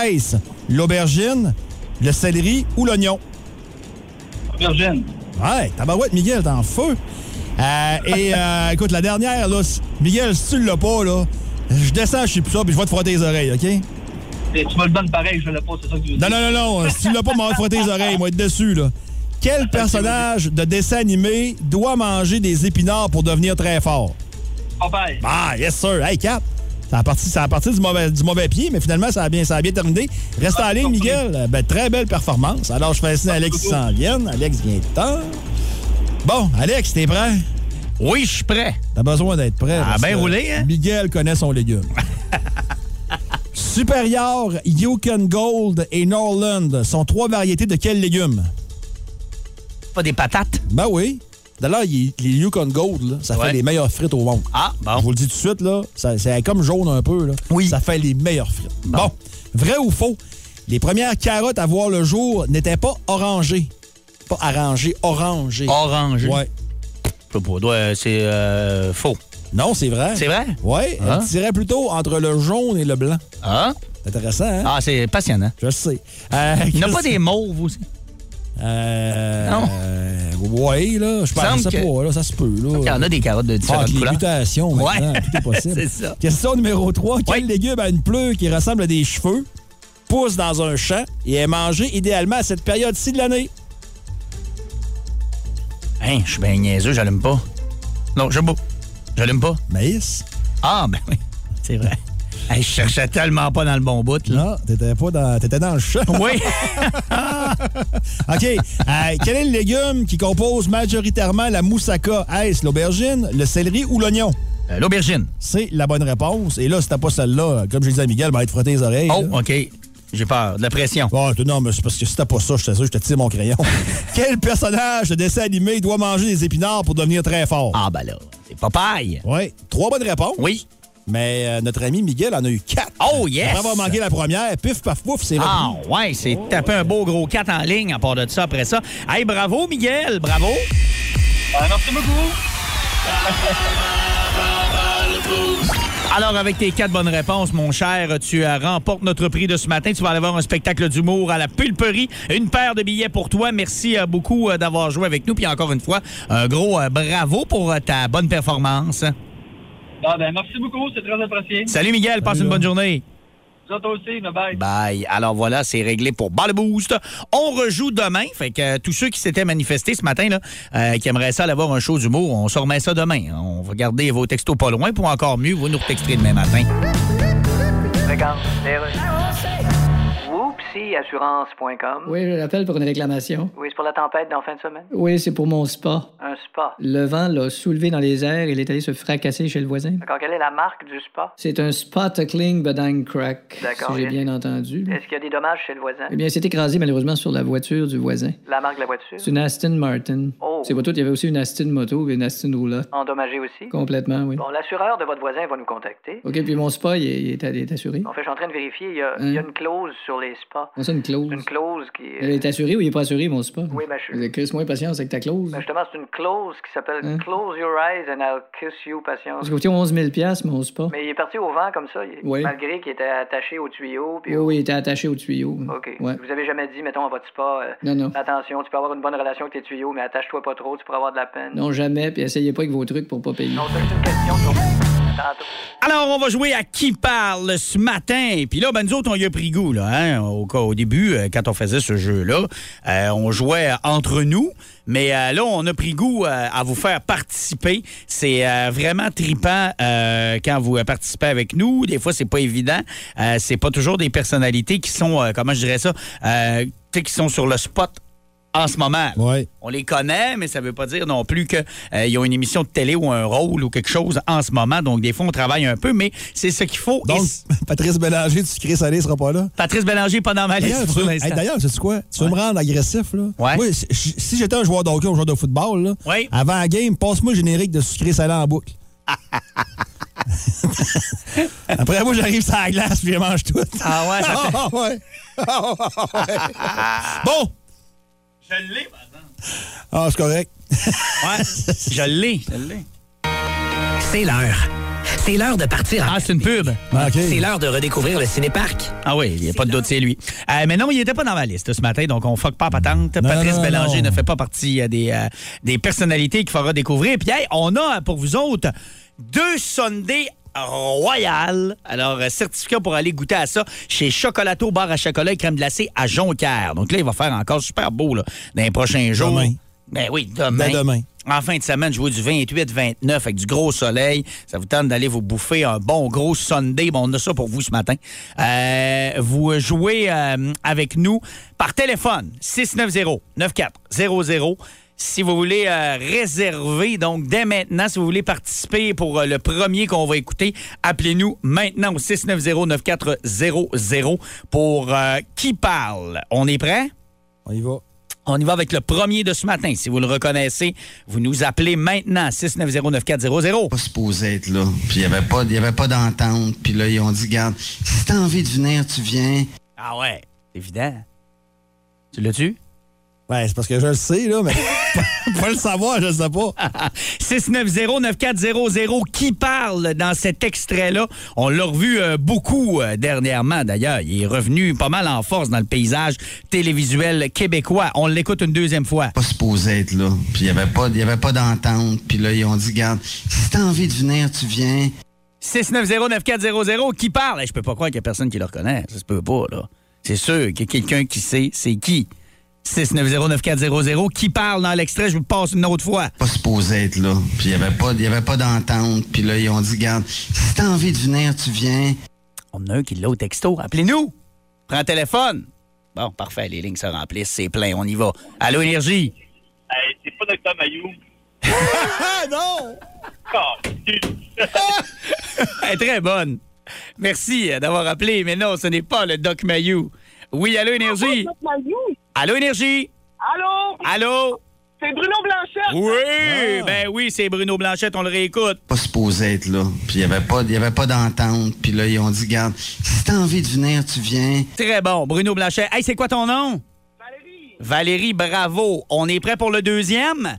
[SPEAKER 4] Est-ce l'aubergine, le céleri ou l'oignon?
[SPEAKER 8] Virgin.
[SPEAKER 4] Ouais, tabarouette, Miguel, t'es en feu. Euh, et euh, écoute, la dernière, là, si- Miguel, si tu l'as pas, là, je descends, je suis plus ça, puis je vais te frotter les oreilles, OK?
[SPEAKER 8] Et tu me le donnes pareil, je le pose, c'est ça que tu veux
[SPEAKER 4] Non,
[SPEAKER 8] dire.
[SPEAKER 4] non, non, non, si tu l'as pas, m'en vais te frotter les oreilles, moi, être dessus, là. Quel personnage de dessin animé doit manger des épinards pour devenir très fort?
[SPEAKER 8] Popeye.
[SPEAKER 4] Ah, yes, sir. Hey, Cap, ça a parti, ça a parti du, mauvais, du mauvais pied, mais finalement, ça a bien, ça a bien terminé. Reste
[SPEAKER 3] Ah,
[SPEAKER 4] en ligne, Miguel. Ben, très belle performance. Alors, je fais signe à Alex qui s'en vienne. Alex vient de temps. Bon, Alex, t'es prêt?
[SPEAKER 3] Oui, je suis prêt.
[SPEAKER 4] T'as besoin d'être prêt.
[SPEAKER 3] Ah,
[SPEAKER 4] parce
[SPEAKER 3] ben
[SPEAKER 4] que
[SPEAKER 3] roulé, hein?
[SPEAKER 4] Miguel connaît son légume. Supérieur, Yukon Gold et Norland sont trois variétés de quels légumes?
[SPEAKER 3] Pas des patates.
[SPEAKER 4] Ben oui. D'ailleurs, il- les Yukon Gold, là, ça
[SPEAKER 3] Ouais.
[SPEAKER 4] fait les meilleures frites au monde.
[SPEAKER 3] Ah,
[SPEAKER 4] Je
[SPEAKER 3] bon.
[SPEAKER 4] vous le dis tout de suite, là, ça- c'est comme jaune un peu. Là.
[SPEAKER 3] Oui.
[SPEAKER 4] Ça fait les meilleures frites. Bon. vrai ou faux, les premières carottes à voir le jour n'étaient pas orangées. Pas arrangées, orangées.
[SPEAKER 3] Orange.
[SPEAKER 4] Ouais.
[SPEAKER 3] Je peux pas. Ouais, c'est euh, faux.
[SPEAKER 4] Non, c'est vrai.
[SPEAKER 3] C'est vrai?
[SPEAKER 4] Oui,
[SPEAKER 3] Hein?
[SPEAKER 4] je dirais plutôt entre le jaune et le blanc.
[SPEAKER 3] Ah?
[SPEAKER 4] C'est intéressant, hein?
[SPEAKER 3] Ah, c'est passionnant.
[SPEAKER 4] Je sais. Euh,
[SPEAKER 3] Il n'y en a
[SPEAKER 4] qu'est-ce-
[SPEAKER 3] pas des mauves aussi?
[SPEAKER 4] Euh,
[SPEAKER 3] Non.
[SPEAKER 4] euh, ouais, là, je
[SPEAKER 3] Semble
[SPEAKER 4] pense ça
[SPEAKER 3] que-
[SPEAKER 4] pas, là, ça se peut, là.
[SPEAKER 3] Il y en a des carottes de
[SPEAKER 4] Ah,
[SPEAKER 3] différentes
[SPEAKER 4] avec les
[SPEAKER 3] couleurs.
[SPEAKER 4] mutations, maintenant,
[SPEAKER 3] Ouais.
[SPEAKER 4] tout est possible.
[SPEAKER 3] C'est ça.
[SPEAKER 4] Question numéro 3. Quel
[SPEAKER 3] Oui.
[SPEAKER 4] légume a une pleure qui ressemble à des cheveux, pousse dans un champ et est mangé idéalement à cette période-ci de l'année?
[SPEAKER 3] Hein, je suis bien niaiseux, j'allume pas. Non, j'aime pas. J'allume pas.
[SPEAKER 4] Maïs?
[SPEAKER 3] Ah, ben oui, c'est vrai. Hey, je cherchais tellement pas dans le bon bout, là.
[SPEAKER 4] Non, t'étais pas dans, t'étais dans le champ.
[SPEAKER 3] Oui.
[SPEAKER 4] OK. Euh, quel est le légume qui compose majoritairement la moussaka? Est-ce l'aubergine, le céleri ou l'oignon?
[SPEAKER 3] Euh, L'aubergine.
[SPEAKER 4] C'est la bonne réponse. Et là, c'était pas celle-là. Comme je disais à Miguel, ben, être frotter les oreilles.
[SPEAKER 3] Oh,
[SPEAKER 4] là.
[SPEAKER 3] OK. J'ai peur. De la pression.
[SPEAKER 4] Ah, t- non, mais c'est parce que si t'as pas ça, je t'assure, je te tire mon crayon. Quel personnage de dessin animé doit manger des épinards pour devenir très fort?
[SPEAKER 3] Ah, ben là, c'est Popeye.
[SPEAKER 4] Oui, trois bonnes réponses.
[SPEAKER 3] Ah. Oui.
[SPEAKER 4] Mais euh, notre ami Miguel en a eu quatre.
[SPEAKER 3] Oh, yes!
[SPEAKER 4] Après avoir manqué la première, pif, paf, pouf, c'est
[SPEAKER 3] Ah,
[SPEAKER 4] revenu.
[SPEAKER 3] ouais, c'est taper un beau gros 4 en ligne à part de ça après ça. Hey, bravo, Miguel. Bravo.
[SPEAKER 8] Ah, merci beaucoup.
[SPEAKER 3] Alors, avec tes quatre bonnes réponses, mon cher, tu euh, remportes notre prix de ce matin. Tu vas aller voir un spectacle d'humour à la pulperie. Une paire de billets pour toi. Merci euh, beaucoup euh, d'avoir joué avec nous. Puis encore une fois, un gros euh, bravo pour euh, ta bonne performance.
[SPEAKER 8] Ah, ben, merci beaucoup, c'est très apprécié.
[SPEAKER 3] Salut, Miguel. Passe une bonne journée.
[SPEAKER 8] Vous autres aussi, bye bye.
[SPEAKER 3] Bye. Alors voilà, c'est réglé pour Ball Boost. On rejoue demain. Fait que euh, tous ceux qui s'étaient manifestés ce matin, là, euh, qui aimeraient ça aller voir un show d'humour, on se remet ça demain. On va garder vos textos pas loin pour encore mieux, vous nous texterez demain matin.
[SPEAKER 6] Regarde, les Oupsiassurance.com.
[SPEAKER 7] Oui, je l'appelle pour une réclamation.
[SPEAKER 6] Oui, c'est pour la tempête d'en fin de semaine.
[SPEAKER 7] Oui, c'est pour mon spa.
[SPEAKER 6] Un spa.
[SPEAKER 7] Le vent l'a soulevé dans les airs et il est allé se fracasser chez le voisin.
[SPEAKER 6] D'accord, quelle est la marque du spa?
[SPEAKER 7] C'est un spa tuckling bedang crack, si
[SPEAKER 6] D'accord,
[SPEAKER 7] j'ai
[SPEAKER 6] yes.
[SPEAKER 7] bien entendu.
[SPEAKER 6] Est-ce qu'il y a des dommages chez le voisin?
[SPEAKER 7] Eh bien, c'est écrasé malheureusement sur la voiture du voisin.
[SPEAKER 6] La marque de la voiture?
[SPEAKER 7] C'est une Aston Martin.
[SPEAKER 6] Oh.
[SPEAKER 7] C'est pas tout, il y avait aussi une Aston moto et une Aston roulotte.
[SPEAKER 6] Endommagée aussi?
[SPEAKER 7] Complètement, oui.
[SPEAKER 6] Bon, l'assureur de votre voisin va nous contacter.
[SPEAKER 7] OK, puis mon spa, il est, il est- il est assuré.
[SPEAKER 6] En fait, je suis en train de vérifier. Il y a, il y a une clause sur les spas.
[SPEAKER 7] On ça une clause. Euh,
[SPEAKER 6] Une clause qui est.
[SPEAKER 7] Il Hein? est assuré ou il est pas assuré, mon spa?
[SPEAKER 6] Oui, ben, je-
[SPEAKER 7] Euh, Chris, moins patience avec ta clause.
[SPEAKER 6] Ben, justement, c'est une clause qui s'appelle Close your eyes and I'll kiss you, patience.
[SPEAKER 7] Hein? Parce que vous étiez 11 000 mon spa.
[SPEAKER 6] Mais il est parti au vent comme ça, il-
[SPEAKER 7] Oui.
[SPEAKER 6] malgré qu'il était attaché au tuyau. Puis
[SPEAKER 7] Oui, oui, il était attaché au tuyau.
[SPEAKER 6] OK.
[SPEAKER 7] Ouais.
[SPEAKER 6] Vous avez jamais dit, mettons, à votre spa, euh,
[SPEAKER 7] Non, non.
[SPEAKER 6] attention, tu peux avoir une bonne relation avec tes tuyaux, mais attache-toi pas trop, tu pourras avoir de la peine.
[SPEAKER 7] Non, jamais, puis essayez pas avec vos trucs pour pas payer.
[SPEAKER 6] Non, c'est juste une question sur. Tantôt.
[SPEAKER 3] Alors, on va jouer à qui parle ce matin. Puis là, ben, nous autres, on y a pris goût. Là, hein? au, au début, euh, quand on faisait ce jeu-là, euh, on jouait entre nous. Mais euh, là, on a pris goût euh, à vous faire participer. C'est euh, vraiment tripant quand vous euh, participez avec nous. Des fois, c'est pas évident. Euh, c'est pas toujours des personnalités qui sont, euh, comment je dirais ça, euh, tu sais, qui sont sur le spot en ce moment. là.
[SPEAKER 4] Oui.
[SPEAKER 3] On les connaît, mais ça ne veut pas dire non plus qu'ils ont une émission de télé ou un rôle ou quelque chose en ce moment. Donc, des fois, on travaille un peu, mais c'est ce qu'il faut. Et
[SPEAKER 4] Donc,
[SPEAKER 3] c-
[SPEAKER 4] Patrice Bélanger, tu crées salé, sera pas là.
[SPEAKER 3] Patrice Bélanger, pas dans ma
[SPEAKER 4] D'ailleurs,
[SPEAKER 3] liste
[SPEAKER 4] tu
[SPEAKER 3] pour
[SPEAKER 4] veux-
[SPEAKER 3] l'instant.
[SPEAKER 4] hey, d'ailleurs, sais-tu quoi? Tu veux me rendre agressif, là?
[SPEAKER 3] Ouais.
[SPEAKER 4] Moi, si- si si j'étais un joueur d'hockey ou un joueur de football, là,
[SPEAKER 3] Oui.
[SPEAKER 4] avant la game, passe-moi le générique de sucré salé en boucle. Après, moi, j'arrive sur la glace puis je mange tout.
[SPEAKER 3] Ah ouais, ça fait-
[SPEAKER 4] Ah ouais. Ah ouais. Bon!
[SPEAKER 8] Je l'ai, maintenant.
[SPEAKER 4] Ah, c'est correct.
[SPEAKER 3] Ouais, je l'ai.
[SPEAKER 9] C'est l'heure. C'est l'heure de partir. en-
[SPEAKER 3] Ah, c'est une pub.
[SPEAKER 4] Ah, OK.
[SPEAKER 9] C'est l'heure de redécouvrir le cinéparc.
[SPEAKER 3] Ah oui, il n'y a pas de doute, c'est lui. Euh, mais non, il n'était pas dans ma liste ce matin, donc on fuck pas patente.
[SPEAKER 4] Non,
[SPEAKER 3] Patrice
[SPEAKER 4] non, non,
[SPEAKER 3] Bélanger
[SPEAKER 4] non.
[SPEAKER 3] ne fait pas partie euh, des, euh, des personnalités qu'il faudra découvrir. Puis, hey, on a euh, pour vous autres deux Sundays royales. Alors, euh, certificat pour aller goûter à ça chez Chocolato Bar à chocolat et crème glacée à Jonquière. Donc là, il va faire encore super beau là, dans les prochains jours.
[SPEAKER 4] Demain.
[SPEAKER 3] Ben oui, demain.
[SPEAKER 4] Dès demain.
[SPEAKER 3] En fin de semaine, jouer du 28-29 avec du gros soleil. Ça vous tente d'aller vous bouffer un bon gros Sunday. Bon, on a ça pour vous ce matin. Euh, vous jouez euh, avec nous par téléphone 690-9400. Si vous voulez euh, réserver, donc dès maintenant, si vous voulez participer pour euh, le premier qu'on va écouter, appelez-nous maintenant au 690-9400 pour euh, Qui parle? On est prêt?
[SPEAKER 4] On y va.
[SPEAKER 3] On y va avec le premier de ce matin. Si vous le reconnaissez, vous nous appelez maintenant 690-9400.
[SPEAKER 10] pas supposé être là. Puis il n'y avait pas, il y avait pas d'entente. Puis là, ils ont dit, garde, si t'as envie de venir, tu viens.
[SPEAKER 3] Ah ouais, c'est évident. Tu l'as-tu?
[SPEAKER 4] Ouais, Ben, c'est parce que je le sais, là, mais pas- pas le savoir, je le sais pas.
[SPEAKER 3] 690-9400, qui parle dans cet extrait-là? On l'a revu euh, beaucoup euh, dernièrement, d'ailleurs. Il est revenu pas mal en force dans le paysage télévisuel québécois. On l'écoute une deuxième fois.
[SPEAKER 10] Pas supposé être là. Puis il n'y avait pas, il y avait pas d'entente. Puis là, ils ont dit, garde, si t'as envie de venir, tu viens.
[SPEAKER 3] 690-9400, qui parle? Hey, je peux pas croire qu'il y a personne qui le reconnaît. Ça se peut pas, là. C'est sûr qu'il y a quelqu'un qui sait c'est qui. 690-9400, qui parle dans l'extrait? Je vous le passe une autre fois.
[SPEAKER 10] Pas supposé être là. Puis il n'y avait pas, il y avait pas d'entente. Puis là, ils ont dit, garde, si t'as envie de venir, tu viens.
[SPEAKER 3] On a un qui l'a au texto. Appelez-nous. Prends le téléphone. Bon, parfait, les lignes se remplissent, c'est plein, on y va. Allô, Énergie?
[SPEAKER 8] Hey, c'est pas Dr. Mayou.
[SPEAKER 4] Ah non!
[SPEAKER 8] Ah, tu-
[SPEAKER 3] Elle est très bonne. Merci euh, d'avoir appelé, mais non, ce n'est pas le Doc Mayou. Oui, allô,
[SPEAKER 4] Ah,
[SPEAKER 3] Énergie? Allô, Énergie?
[SPEAKER 11] Allô?
[SPEAKER 3] Allô?
[SPEAKER 11] C'est Bruno Blanchet?
[SPEAKER 3] Oh. Oui! Ben oui, c'est Bruno Blanchette, on le réécoute.
[SPEAKER 10] Pas supposé être là. Puis il n'y avait pas, il y avait pas d'entente. Puis là, ils ont dit, garde, si t'as envie de venir, tu viens.
[SPEAKER 3] Très bon. Bruno Blanchet. Hey, c'est quoi ton nom?
[SPEAKER 11] Valérie!
[SPEAKER 3] Valérie, bravo. On est prêt pour le deuxième?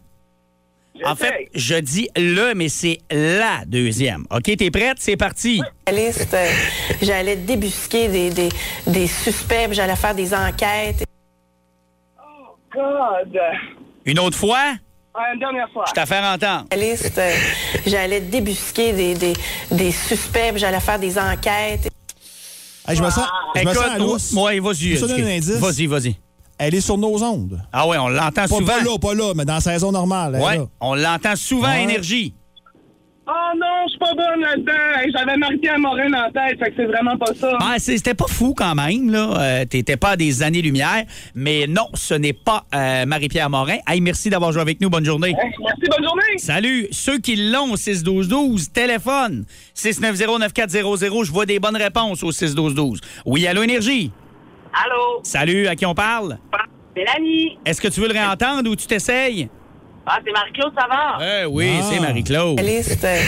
[SPEAKER 3] En fait, je dis le, mais c'est la deuxième. OK, t'es prête? C'est parti.
[SPEAKER 12] La liste, euh, j'allais débusquer des, des, des suspects, puis j'allais faire des enquêtes.
[SPEAKER 11] God.
[SPEAKER 3] Une autre fois,
[SPEAKER 11] Une dernière fois.
[SPEAKER 3] je t'ai fait entendre.
[SPEAKER 12] La liste, euh, j'allais débusquer des, des, des suspects, puis j'allais faire des enquêtes.
[SPEAKER 4] Hey, je me sens, je me sens à
[SPEAKER 3] Écoute,
[SPEAKER 4] l'os.
[SPEAKER 3] moi, vas-y.
[SPEAKER 4] Je te donne un
[SPEAKER 3] excuse.
[SPEAKER 4] indice.
[SPEAKER 3] Vas-y, vas-y.
[SPEAKER 4] Elle est sur nos ondes.
[SPEAKER 3] Ah ouais, on l'entend
[SPEAKER 4] Pas,
[SPEAKER 3] souvent.
[SPEAKER 4] pas là, pas là, mais dans la saison normale. elle est
[SPEAKER 3] Ouais,
[SPEAKER 4] là.
[SPEAKER 3] on l'entend souvent à
[SPEAKER 4] Ouais.
[SPEAKER 3] énergie.
[SPEAKER 11] Oh non, je suis pas bonne là-dedans. Hey, J'avais marqué à Morin en tête, fait que c'est vraiment pas ça.
[SPEAKER 3] Ah, c'est- c'était pas fou quand même, là. Euh, T'étais pas à des années-lumière. Mais non, ce n'est pas euh, Marie-Pierre Morin. Hey, merci d'avoir joué avec nous. Bonne journée.
[SPEAKER 11] Merci, bonne journée.
[SPEAKER 3] Salut. Ceux qui l'ont, 6-12-12, téléphone. 690-9400. Je vois des bonnes réponses au 6-12-12. Oui, allô, Énergie.
[SPEAKER 11] Allô, Ah,
[SPEAKER 3] Salut, à qui on parle?
[SPEAKER 11] Mélanie.
[SPEAKER 3] Est-ce que tu veux le réentendre ou tu t'essayes?
[SPEAKER 11] Ah, c'est Marc-Claude Savard.
[SPEAKER 3] Eh oui,
[SPEAKER 4] Ah.
[SPEAKER 3] c'est Marie-Claude.
[SPEAKER 12] La liste, euh,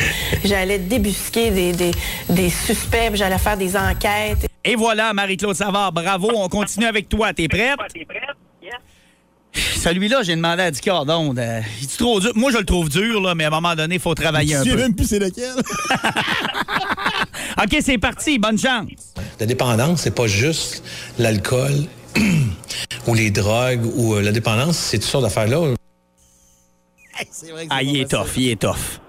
[SPEAKER 12] j'allais débusquer des, des, des suspects, puis j'allais faire des enquêtes.
[SPEAKER 3] Et voilà, Marie-Claude Savard, bravo. On continue avec toi. T'es prête?
[SPEAKER 11] T'es prête? Yes.
[SPEAKER 3] Celui-là, j'ai demandé à Dicky Ordonde. euh, il est trop dur. Moi, je le trouve dur, là, mais à un moment donné, il faut travailler un
[SPEAKER 4] Je sais
[SPEAKER 3] peu.
[SPEAKER 4] même plus c'est lequel.
[SPEAKER 3] OK, c'est parti. Bonne chance.
[SPEAKER 5] La dépendance, c'est pas juste l'alcool ou les drogues ou euh, la dépendance, c'est toutes sortes d'affaires-là.
[SPEAKER 3] Ah, il est tough, il est tough.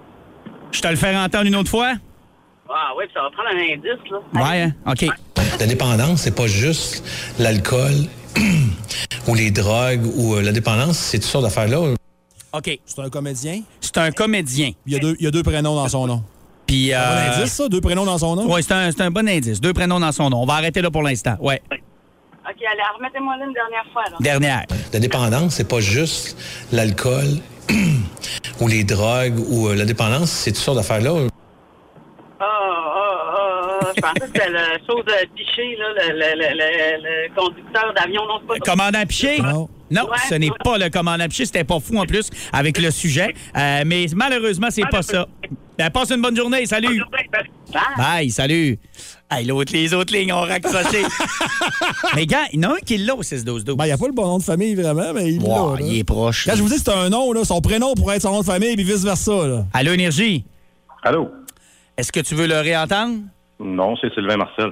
[SPEAKER 3] Je te le fais entendre une autre fois?
[SPEAKER 11] Ah oui, ça va prendre un indice, là.
[SPEAKER 3] Ouais, hein? OK.
[SPEAKER 5] La dépendance, c'est pas juste l'alcool ou les drogues ou euh, la dépendance, c'est toutes sortes d'affaires-là.
[SPEAKER 3] OK.
[SPEAKER 4] C'est un comédien.
[SPEAKER 3] C'est un comédien.
[SPEAKER 4] Il y, a deux, il y a deux prénoms dans son nom.
[SPEAKER 3] Puis. euh,
[SPEAKER 4] Un indice, ça? Deux prénoms dans son nom?
[SPEAKER 3] ouais, c'est un, c'est un bon indice. Deux prénoms dans son nom. On va arrêter là pour l'instant. Ouais.
[SPEAKER 11] OK, allez, remettez-moi là une dernière fois, là.
[SPEAKER 3] Dernière.
[SPEAKER 5] La dépendance, c'est pas juste l'alcool ou les drogues ou euh, la dépendance, c'est toutes sortes d'affaires-là.
[SPEAKER 11] Oh, oh, oh, oh. Je pensais que c'était la chose de Piché, là, le, le, le, le- le conducteur d'avion. Non, c'est pas
[SPEAKER 3] Le commandant Piché?
[SPEAKER 4] Non.
[SPEAKER 3] Non,
[SPEAKER 11] Ouais.
[SPEAKER 3] ce n'est pas le commandant Piché. C'était pas fou en plus avec le sujet. Euh, mais malheureusement, c'est pas ça. Ben, passe une bonne journée. Salut.
[SPEAKER 11] Ah.
[SPEAKER 3] Bye, salut. Hey, l'autre, les autres lignes ont raccroché. mais gars, il y en a un qui l'a au 6-12-12.
[SPEAKER 4] Ben, il n'y a pas le bon nom de famille, vraiment, mais il
[SPEAKER 3] Wow,
[SPEAKER 4] l'a, là.
[SPEAKER 3] il est proche.
[SPEAKER 4] Quand je vous dis que c'est un nom, là, son prénom pourrait être son nom de famille, puis vice-versa. là.
[SPEAKER 3] Allô, Énergie, Ah.
[SPEAKER 13] Allô?
[SPEAKER 3] est-ce que tu veux le réentendre?
[SPEAKER 13] Non, c'est Sylvain Marcel.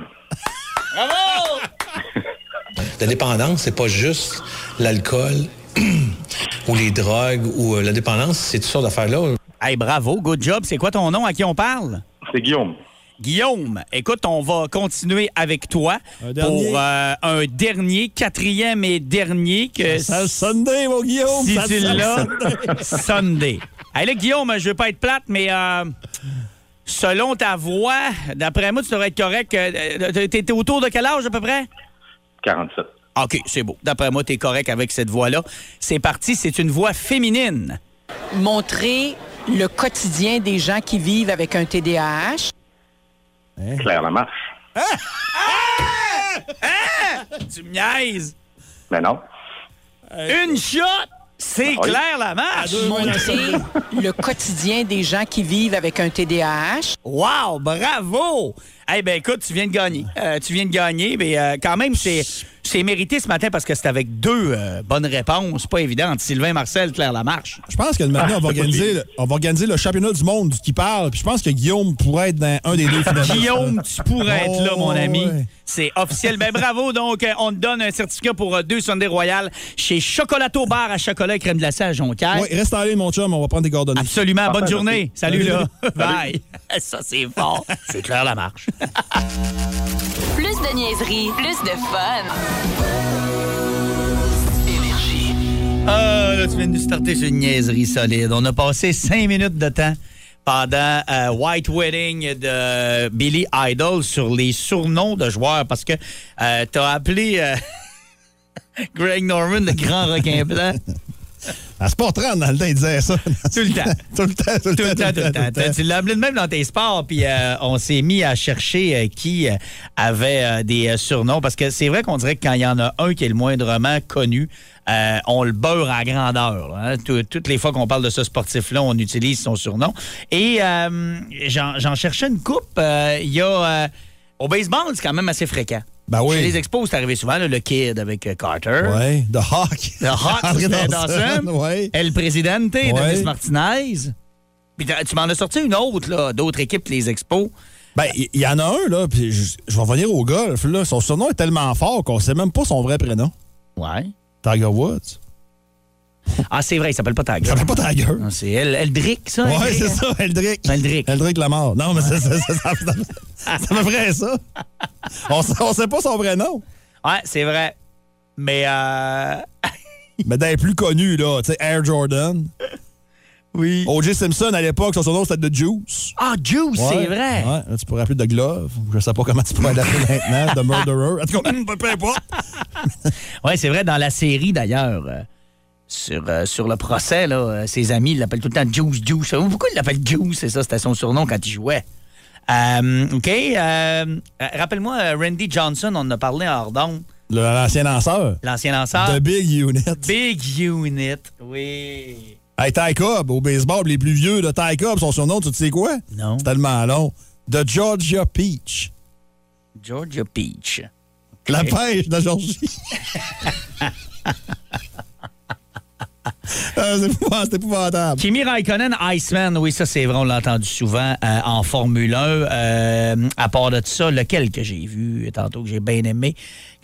[SPEAKER 5] La dépendance, c'est pas juste l'alcool ou les drogues ou euh, la dépendance, c'est toutes sortes d'affaires-là.
[SPEAKER 3] Hey, bravo, good job. C'est quoi ton nom? À qui on parle?
[SPEAKER 13] C'est Guillaume.
[SPEAKER 3] Guillaume, écoute, on va continuer avec toi
[SPEAKER 4] Un dernier.
[SPEAKER 3] pour euh, un dernier, quatrième et dernier que
[SPEAKER 4] Ça Sunday, mon Guillaume!
[SPEAKER 3] si
[SPEAKER 4] ça
[SPEAKER 3] tu
[SPEAKER 4] sonne-
[SPEAKER 3] l'as, Sunday. Hey, là, Guillaume, je veux pas être plate, mais euh, selon ta voix, d'après moi, tu devrais être correct. Euh, T'es t'es autour de quel âge à peu près? Ah,
[SPEAKER 13] 47.
[SPEAKER 3] OK, c'est beau. D'après moi, t'es correct avec cette voix-là. C'est parti, c'est une voix féminine.
[SPEAKER 14] montrer le quotidien des gens qui vivent avec un TDAH.
[SPEAKER 13] Claire Lamarche.
[SPEAKER 3] Tu me niaises. Euh,
[SPEAKER 13] Mais non.
[SPEAKER 3] Une shot! C'est
[SPEAKER 13] Ah oui.
[SPEAKER 3] clair la marche!
[SPEAKER 14] Montrer le quotidien des gens qui vivent avec un TDAH.
[SPEAKER 3] Wow, bravo! Eh ben écoute, tu viens de gagner. Euh, tu viens de gagner, mais euh, quand même, c'est c'est mérité ce matin parce que c'est avec deux euh, bonnes réponses, pas évidentes. Sylvain Marcel, Claire Lamarche.
[SPEAKER 4] Je pense que maintenant, on,
[SPEAKER 3] Ah,
[SPEAKER 4] va organiser, le- on va organiser le championnat du monde qui parle, puis je pense que Guillaume pourrait être dans un des deux finalement.
[SPEAKER 3] Guillaume, tu pourrais être là, mon
[SPEAKER 4] Oh,
[SPEAKER 3] ami.
[SPEAKER 4] ouais.
[SPEAKER 3] C'est officiel. Ben bravo. Donc, euh, on te donne un certificat pour euh, deux Sunday Royal chez Chocolato Bar à chocolat et crème glacée à Jonquière.
[SPEAKER 4] Ouais, reste en ligne, mon chum, on va prendre des coordonnées.
[SPEAKER 3] Absolument. Bonne
[SPEAKER 13] Parfait,
[SPEAKER 3] journée. Salut,
[SPEAKER 4] Salut.
[SPEAKER 3] là. Bye. Ça, c'est fort. C'est Claire Lamarche.
[SPEAKER 2] Plus de niaiserie, plus de fun.
[SPEAKER 3] Ah, là, tu viens de nous starter sur une niaiserie solide. On a passé cinq minutes de temps pendant euh, White Wedding de Billy Idol sur les surnoms de joueurs parce que euh, t'as appelé euh, Greg Norman le grand requin blanc
[SPEAKER 4] À Sport 30, dans le temps, il disait ça.
[SPEAKER 3] tout le temps.
[SPEAKER 4] tout le temps, tout
[SPEAKER 3] Tout
[SPEAKER 4] le temps.
[SPEAKER 3] le temps, tout le temps. Tu l'as appelé de même dans tes sports, puis euh, on s'est mis à chercher euh, qui euh, avait euh, des euh, surnoms, parce que c'est vrai qu'on dirait que quand il y en a un qui est le moindrement connu, euh, on le beurre à grandeur. là, hein. Tout- Toutes les fois qu'on parle de ce sportif-là, on utilise son surnom. Et euh, j'en j'en cherchais une coupe. euh, Il y a... euh, au baseball, c'est quand même assez fréquent.
[SPEAKER 4] Ben oui.
[SPEAKER 3] Chez les expos, c'est arrivé souvent, là, le Kid avec euh, Carter.
[SPEAKER 4] Oui, The Hawk.
[SPEAKER 3] Le Hot,
[SPEAKER 4] André
[SPEAKER 3] c'était
[SPEAKER 4] Dawson,
[SPEAKER 3] Dawson.
[SPEAKER 4] ouais.
[SPEAKER 3] El Presidente,
[SPEAKER 4] Ouais.
[SPEAKER 3] Denis Martinez. Puis t'as- tu m'en as sorti une autre, là, d'autres équipes, que les expos.
[SPEAKER 4] Ben, il il y, en a un, là, puis je, je vais revenir au golf, là. Son surnom est tellement fort qu'on sait même pas son vrai prénom.
[SPEAKER 3] Ouais.
[SPEAKER 4] Tiger Woods.
[SPEAKER 3] Ah, c'est vrai, il s'appelle pas Tiger.
[SPEAKER 4] Il s'appelle pas Tiger.
[SPEAKER 3] Ah, C'est El- Eldrick, ça?
[SPEAKER 4] Ouais,
[SPEAKER 3] Eldrick,
[SPEAKER 4] c'est
[SPEAKER 3] hein?
[SPEAKER 4] ça, Eldrick.
[SPEAKER 3] Eldrick.
[SPEAKER 4] Eldrick Lamar. Non, mais c'est ça, ça, ça, ça, ça me ferait ça. On sait, on sait pas son vrai nom.
[SPEAKER 3] Ouais, c'est vrai. Mais, euh,
[SPEAKER 4] Mais d'un plus connu, là, tu sais, Air Jordan.
[SPEAKER 3] Oui.
[SPEAKER 4] O.J. Simpson, à l'époque, son surnom, c'était The Juice.
[SPEAKER 3] Ah, Juice,
[SPEAKER 4] Ouais,
[SPEAKER 3] c'est vrai.
[SPEAKER 4] ouais. Là, tu pourrais appeler The Glove. Je sais pas comment tu pourrais l'appeler maintenant. The Murderer. En tout cas, hum, peu importe.
[SPEAKER 3] Ouais, c'est vrai, dans la série, d'ailleurs, euh, sur, euh, sur le procès, là, euh, ses amis l'appellent tout le temps Juice, Juice. Euh, Pourquoi ils l'appellent Juice? C'est ça, c'était son surnom quand il jouait. Euh, OK. euh, euh, Rappelle-moi, euh, Randy Johnson, on en a parlé en hors d'onde.
[SPEAKER 4] Le- L'ancien lanceur.
[SPEAKER 3] L'ancien lanceur.
[SPEAKER 4] The Big Unit.
[SPEAKER 3] Big Unit, oui.
[SPEAKER 4] Hey, Ty Cobb, au baseball, les plus vieux de Ty Cobb, son surnom, tu sais quoi?
[SPEAKER 3] Non.
[SPEAKER 4] C'est tellement long. The Georgia Peach.
[SPEAKER 3] Georgia Peach.
[SPEAKER 4] La
[SPEAKER 3] Ok.
[SPEAKER 4] pêche de Georgie. Euh, c'est épouvant- c'est épouvantable.
[SPEAKER 3] Kimi Raikkonen, Iceman, oui, ça c'est vrai, on l'a entendu souvent euh, en Formule 1. Euh, à part de ça, lequel que j'ai vu tantôt, que j'ai bien aimé,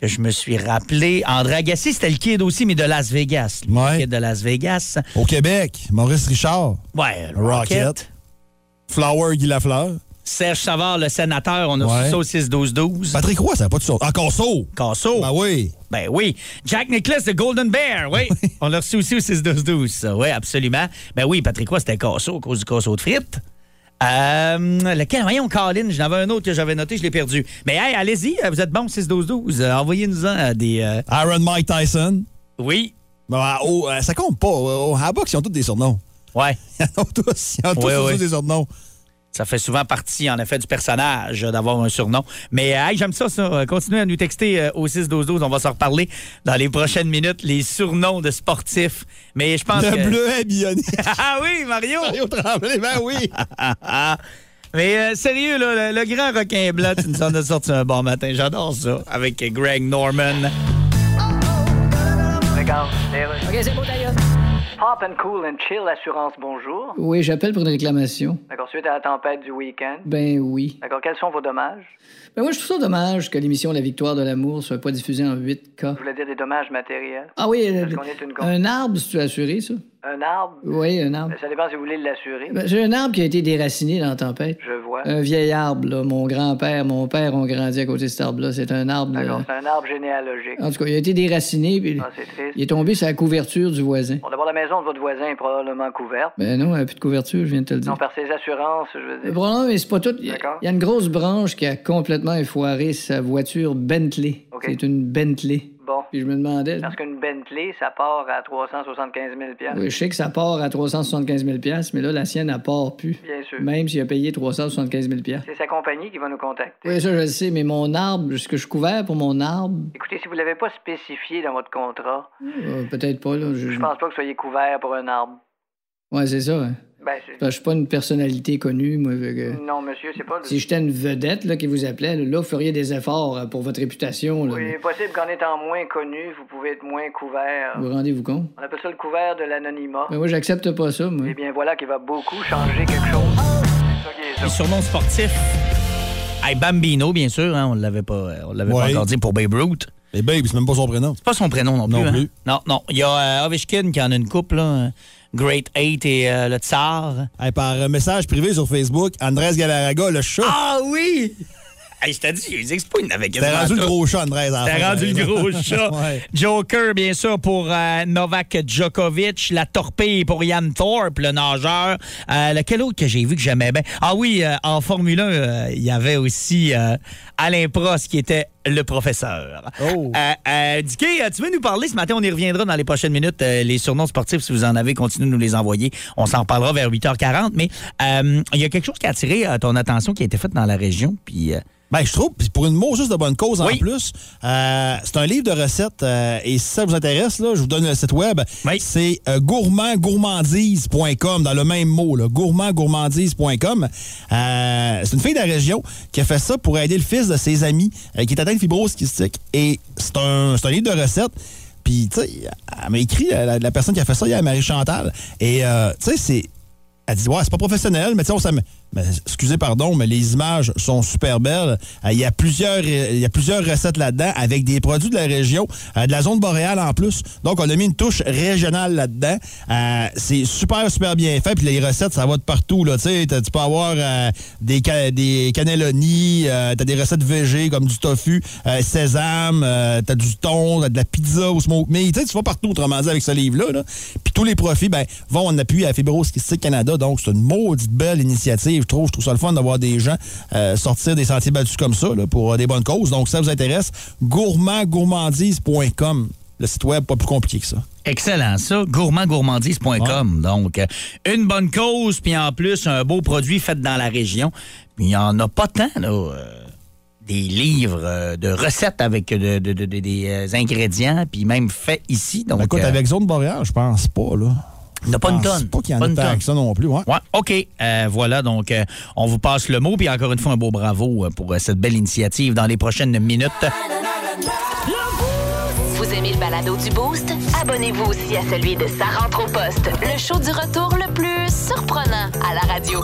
[SPEAKER 3] que je me suis rappelé. André Agassi, c'était le kid aussi, mais de Las Vegas. Le
[SPEAKER 4] Ouais.
[SPEAKER 3] kid de Las Vegas.
[SPEAKER 4] Au Québec, Maurice Richard.
[SPEAKER 3] Ouais, le
[SPEAKER 4] Rocket.
[SPEAKER 3] Rocket.
[SPEAKER 4] Flower Guy Lafleur.
[SPEAKER 3] Serge Savard, le sénateur, on a
[SPEAKER 4] Ouais.
[SPEAKER 3] reçu ça au 6-12-12.
[SPEAKER 4] Patrick Roy, ça n'a pas de surnom. Ah, Conso.
[SPEAKER 3] Casso.
[SPEAKER 4] Ben oui.
[SPEAKER 3] Ben oui. Jack Nicklaus de Golden Bear, oui. on l'a reçu aussi au 6-12-12, ça. Oui, absolument. Ben oui, Patrick Roy, c'était Casso à cause du Casso de frites. Euh, lequel? Voyons, Colin, j'en avais un autre que j'avais noté, je l'ai perdu. Mais hey, allez-y, euh, vous êtes bon 6-12-12. Euh, Envoyez-nous en des... euh,
[SPEAKER 4] Iron Mike Tyson.
[SPEAKER 3] Oui.
[SPEAKER 4] Ben, ah, oh, euh, ça compte pas. Au à la boxe, ils ont tous des surnoms.
[SPEAKER 3] Ouais.
[SPEAKER 4] Ils ont tous, ils ont tous,
[SPEAKER 3] Oui,
[SPEAKER 4] tous
[SPEAKER 3] oui.
[SPEAKER 4] des surnoms.
[SPEAKER 3] Ça fait souvent partie, en effet, du personnage euh, d'avoir un surnom. Mais euh, hey, j'aime ça, ça. Euh, Continuez à nous texter euh, au 6-12-12. On va s'en reparler dans les prochaines minutes, les surnoms de sportifs. Mais je pense
[SPEAKER 4] Le
[SPEAKER 3] que...
[SPEAKER 4] bleu est bionnique.
[SPEAKER 3] Ah oui, Mario!
[SPEAKER 4] Mario Tremblay, ben oui.
[SPEAKER 3] Mais euh, sérieux, là, le, le grand requin blanc, tu nous en as sorti un bon matin. J'adore ça. Avec Greg Norman.
[SPEAKER 6] Regarde, OK, c'est beau d'ailleurs. Pop and cool and chill, assurance, bonjour.
[SPEAKER 7] Oui, j'appelle pour une réclamation.
[SPEAKER 6] D'accord, suite à la tempête du week-end.
[SPEAKER 7] Ben oui.
[SPEAKER 6] D'accord, quels sont vos dommages?
[SPEAKER 7] Ben moi, je trouve ça dommage que l'émission La victoire de l'amour soit pas diffusée en 8K.
[SPEAKER 6] Je voulais dire des dommages matériels.
[SPEAKER 7] Ah oui, euh,
[SPEAKER 6] Parce qu'on est une con-
[SPEAKER 7] un arbre, si tu as assuré, ça?
[SPEAKER 6] Un arbre?
[SPEAKER 7] Oui, un arbre.
[SPEAKER 6] Ben, Ça dépend si vous voulez l'assurer.
[SPEAKER 7] Ben, J'ai un arbre qui a été déraciné dans la tempête.
[SPEAKER 6] Je vois.
[SPEAKER 7] Un vieil arbre, là. Mon grand-père, mon père ont grandi à côté de cet arbre-là. C'est un arbre. là.
[SPEAKER 6] D'accord, c'est un arbre généalogique.
[SPEAKER 7] En tout cas, il a été déraciné, puis
[SPEAKER 6] Ah, c'est triste.
[SPEAKER 7] il est tombé sur la couverture du voisin.
[SPEAKER 6] Bon, d'abord, la maison de votre voisin est probablement couverte.
[SPEAKER 7] Ben non, il n'y a plus de couverture, je viens de te le dire.
[SPEAKER 6] Non, par ses assurances, je veux
[SPEAKER 7] Le
[SPEAKER 6] dire.
[SPEAKER 7] problème, mais c'est pas tout. Il y a-
[SPEAKER 6] D'accord.
[SPEAKER 7] il y a une grosse branche qui a complètement effoiré sa voiture Bentley.
[SPEAKER 6] OK.
[SPEAKER 7] C'est une Bentley.
[SPEAKER 6] Bon,
[SPEAKER 7] Puis je me demandais. là,
[SPEAKER 6] parce qu'une Bentley, ça part à 375 000
[SPEAKER 7] oui, je sais que ça part à 375 000 mais là, la sienne, elle part plus.
[SPEAKER 6] Bien sûr.
[SPEAKER 7] Même s'il a payé 375 000
[SPEAKER 6] C'est sa compagnie qui va nous contacter.
[SPEAKER 7] Oui, ça, je le sais, mais mon arbre, ce que je suis couvert pour mon arbre,
[SPEAKER 6] Écoutez, si vous l'avez pas spécifié dans votre contrat,
[SPEAKER 7] euh, peut-être pas, là. Je,
[SPEAKER 6] je pense pas que vous soyez couvert pour un arbre.
[SPEAKER 7] Ouais, c'est ça. hein.
[SPEAKER 6] Ben, c'est-
[SPEAKER 7] Parce que Je suis pas une personnalité connue, moi. fait que-
[SPEAKER 6] Non, monsieur, c'est pas... le-
[SPEAKER 7] Si j'étais une vedette là, qui vous appelait, là, vous feriez des efforts euh, pour votre réputation. Là,
[SPEAKER 6] Oui, il est
[SPEAKER 7] mais
[SPEAKER 6] possible qu'en étant moins connu, vous pouvez être moins couvert.
[SPEAKER 7] Vous rendez-vous compte?
[SPEAKER 6] On appelle ça le couvert de l'anonymat.
[SPEAKER 7] Ben, moi, j'accepte pas ça, moi.
[SPEAKER 6] Eh bien, voilà qui va beaucoup changer quelque chose. C'est ça qui est ça.
[SPEAKER 3] Les surnoms sportifs. Hey, Bambino, bien sûr, hein, on l'avait pas, euh, on l'avait pas
[SPEAKER 4] Ouais.
[SPEAKER 3] encore dit pour Babe Ruth.
[SPEAKER 4] Les babes, c'est même pas son prénom.
[SPEAKER 3] C'est pas son prénom non plus.
[SPEAKER 4] Non
[SPEAKER 3] hein.
[SPEAKER 4] plus.
[SPEAKER 3] Non, non. Il y a euh, Ovechkin qui en a une couple, là. euh, Great Eight et euh, le Tsar.
[SPEAKER 4] Hey, par euh, message privé sur Facebook, Andrés Galarraga, le chat.
[SPEAKER 3] Ah oui! Hey, je t'ai dit, les expos, il n'avait
[SPEAKER 4] T'as rendu le gros chat, Andrés. à la
[SPEAKER 3] T'as
[SPEAKER 4] fin,
[SPEAKER 3] rendu le
[SPEAKER 4] par
[SPEAKER 3] gros
[SPEAKER 4] exemple.
[SPEAKER 3] chat.
[SPEAKER 4] Ouais.
[SPEAKER 3] Joker, bien sûr, pour euh, Novak Djokovic. La torpille pour Yann Thorpe, le nageur. Euh, lequel autre que j'ai vu que j'aimais bien? Ah oui, euh, en Formule 1, euh, il y avait aussi euh, Alain Prost qui était le professeur.
[SPEAKER 4] Oh.
[SPEAKER 3] Euh, euh, Dicky, euh, tu veux nous parler ce matin? On y reviendra dans les prochaines minutes. Euh, les surnoms sportifs, si vous en avez, continuez de nous les envoyer. On s'en reparlera vers 8h40. Mais euh, il y a quelque chose qui a attiré euh, ton attention qui a été faite dans la région. Puis, euh,
[SPEAKER 4] Ben, je trouve, puis pour une mot juste de bonne cause en
[SPEAKER 3] Oui.
[SPEAKER 4] plus, euh, c'est un livre de recettes. euh, et si ça vous intéresse, là, je vous donne le site web.
[SPEAKER 3] Oui.
[SPEAKER 4] C'est euh, gourmandgourmandise.com, dans le même mot, là, gourmandgourmandise.com. Euh, c'est une fille de la région qui a fait ça pour aider le fils de ses amis euh, qui était atteint de fibrose kystique. Et c'est un, c'est un livre de recettes. Puis, tu sais, elle m'a écrit, la, la personne qui a fait ça, il y a Marie-Chantal. Et, euh, tu sais, c'est. Elle dit, ouais, c'est pas professionnel, mais tu sais, on s'am- mais, excusez, pardon, mais les images sont super belles. Euh, Il y a plusieurs, il y a plusieurs recettes là-dedans avec des produits de la région, euh, de la zone boréale en plus. Donc, on a mis une touche régionale là-dedans. Euh, c'est super, super bien fait. Puis les recettes, ça va de partout. Là. Tu sais, t'as- tu peux avoir euh, des, ca- des cannelloni, euh, t'as des recettes végé comme du tofu, euh, sésame, euh, t'as du thon, t'as de la pizza au smoke meat. Tu sais, tu vas partout, autrement dit, avec ce livre-là. là. Puis tous les profits ben, vont en appui à Fibrose Kystique Canada. Donc, c'est une maudite belle initiative. Je trouve, je trouve ça le fun d'avoir des gens euh, sortir des sentiers battus comme ça là, pour euh, des bonnes causes. Donc, si ça vous intéresse, gourmandgourmandise.com. Le site web, pas plus compliqué que ça.
[SPEAKER 3] Excellent, ça. Gourmandgourmandise.com. Donc, euh, une bonne cause, puis en plus, un beau produit fait dans la région. Puis, il n'y en a pas tant, là. euh, des livres euh, de recettes avec de- de- de- de- des euh, ingrédients, puis même fait ici. Donc,
[SPEAKER 4] Ben, écoute,
[SPEAKER 3] euh,
[SPEAKER 4] avec Zone Boréale, je pense pas, là.
[SPEAKER 3] Il n'y en a pas une
[SPEAKER 4] Je pense
[SPEAKER 3] tonne.
[SPEAKER 4] pas qu'il y en
[SPEAKER 3] Pas
[SPEAKER 4] a
[SPEAKER 3] une
[SPEAKER 4] tant
[SPEAKER 3] tonne.
[SPEAKER 4] que ça non plus, ouais.
[SPEAKER 3] Ouais, OK. Euh, voilà, donc euh, on vous passe le mot. Puis encore une fois, un beau bravo euh, pour euh, cette belle initiative dans les prochaines minutes.
[SPEAKER 2] Vous aimez le balado du Boost? Abonnez-vous aussi à celui de Sa rentre au poste, le show du retour le plus surprenant à la radio.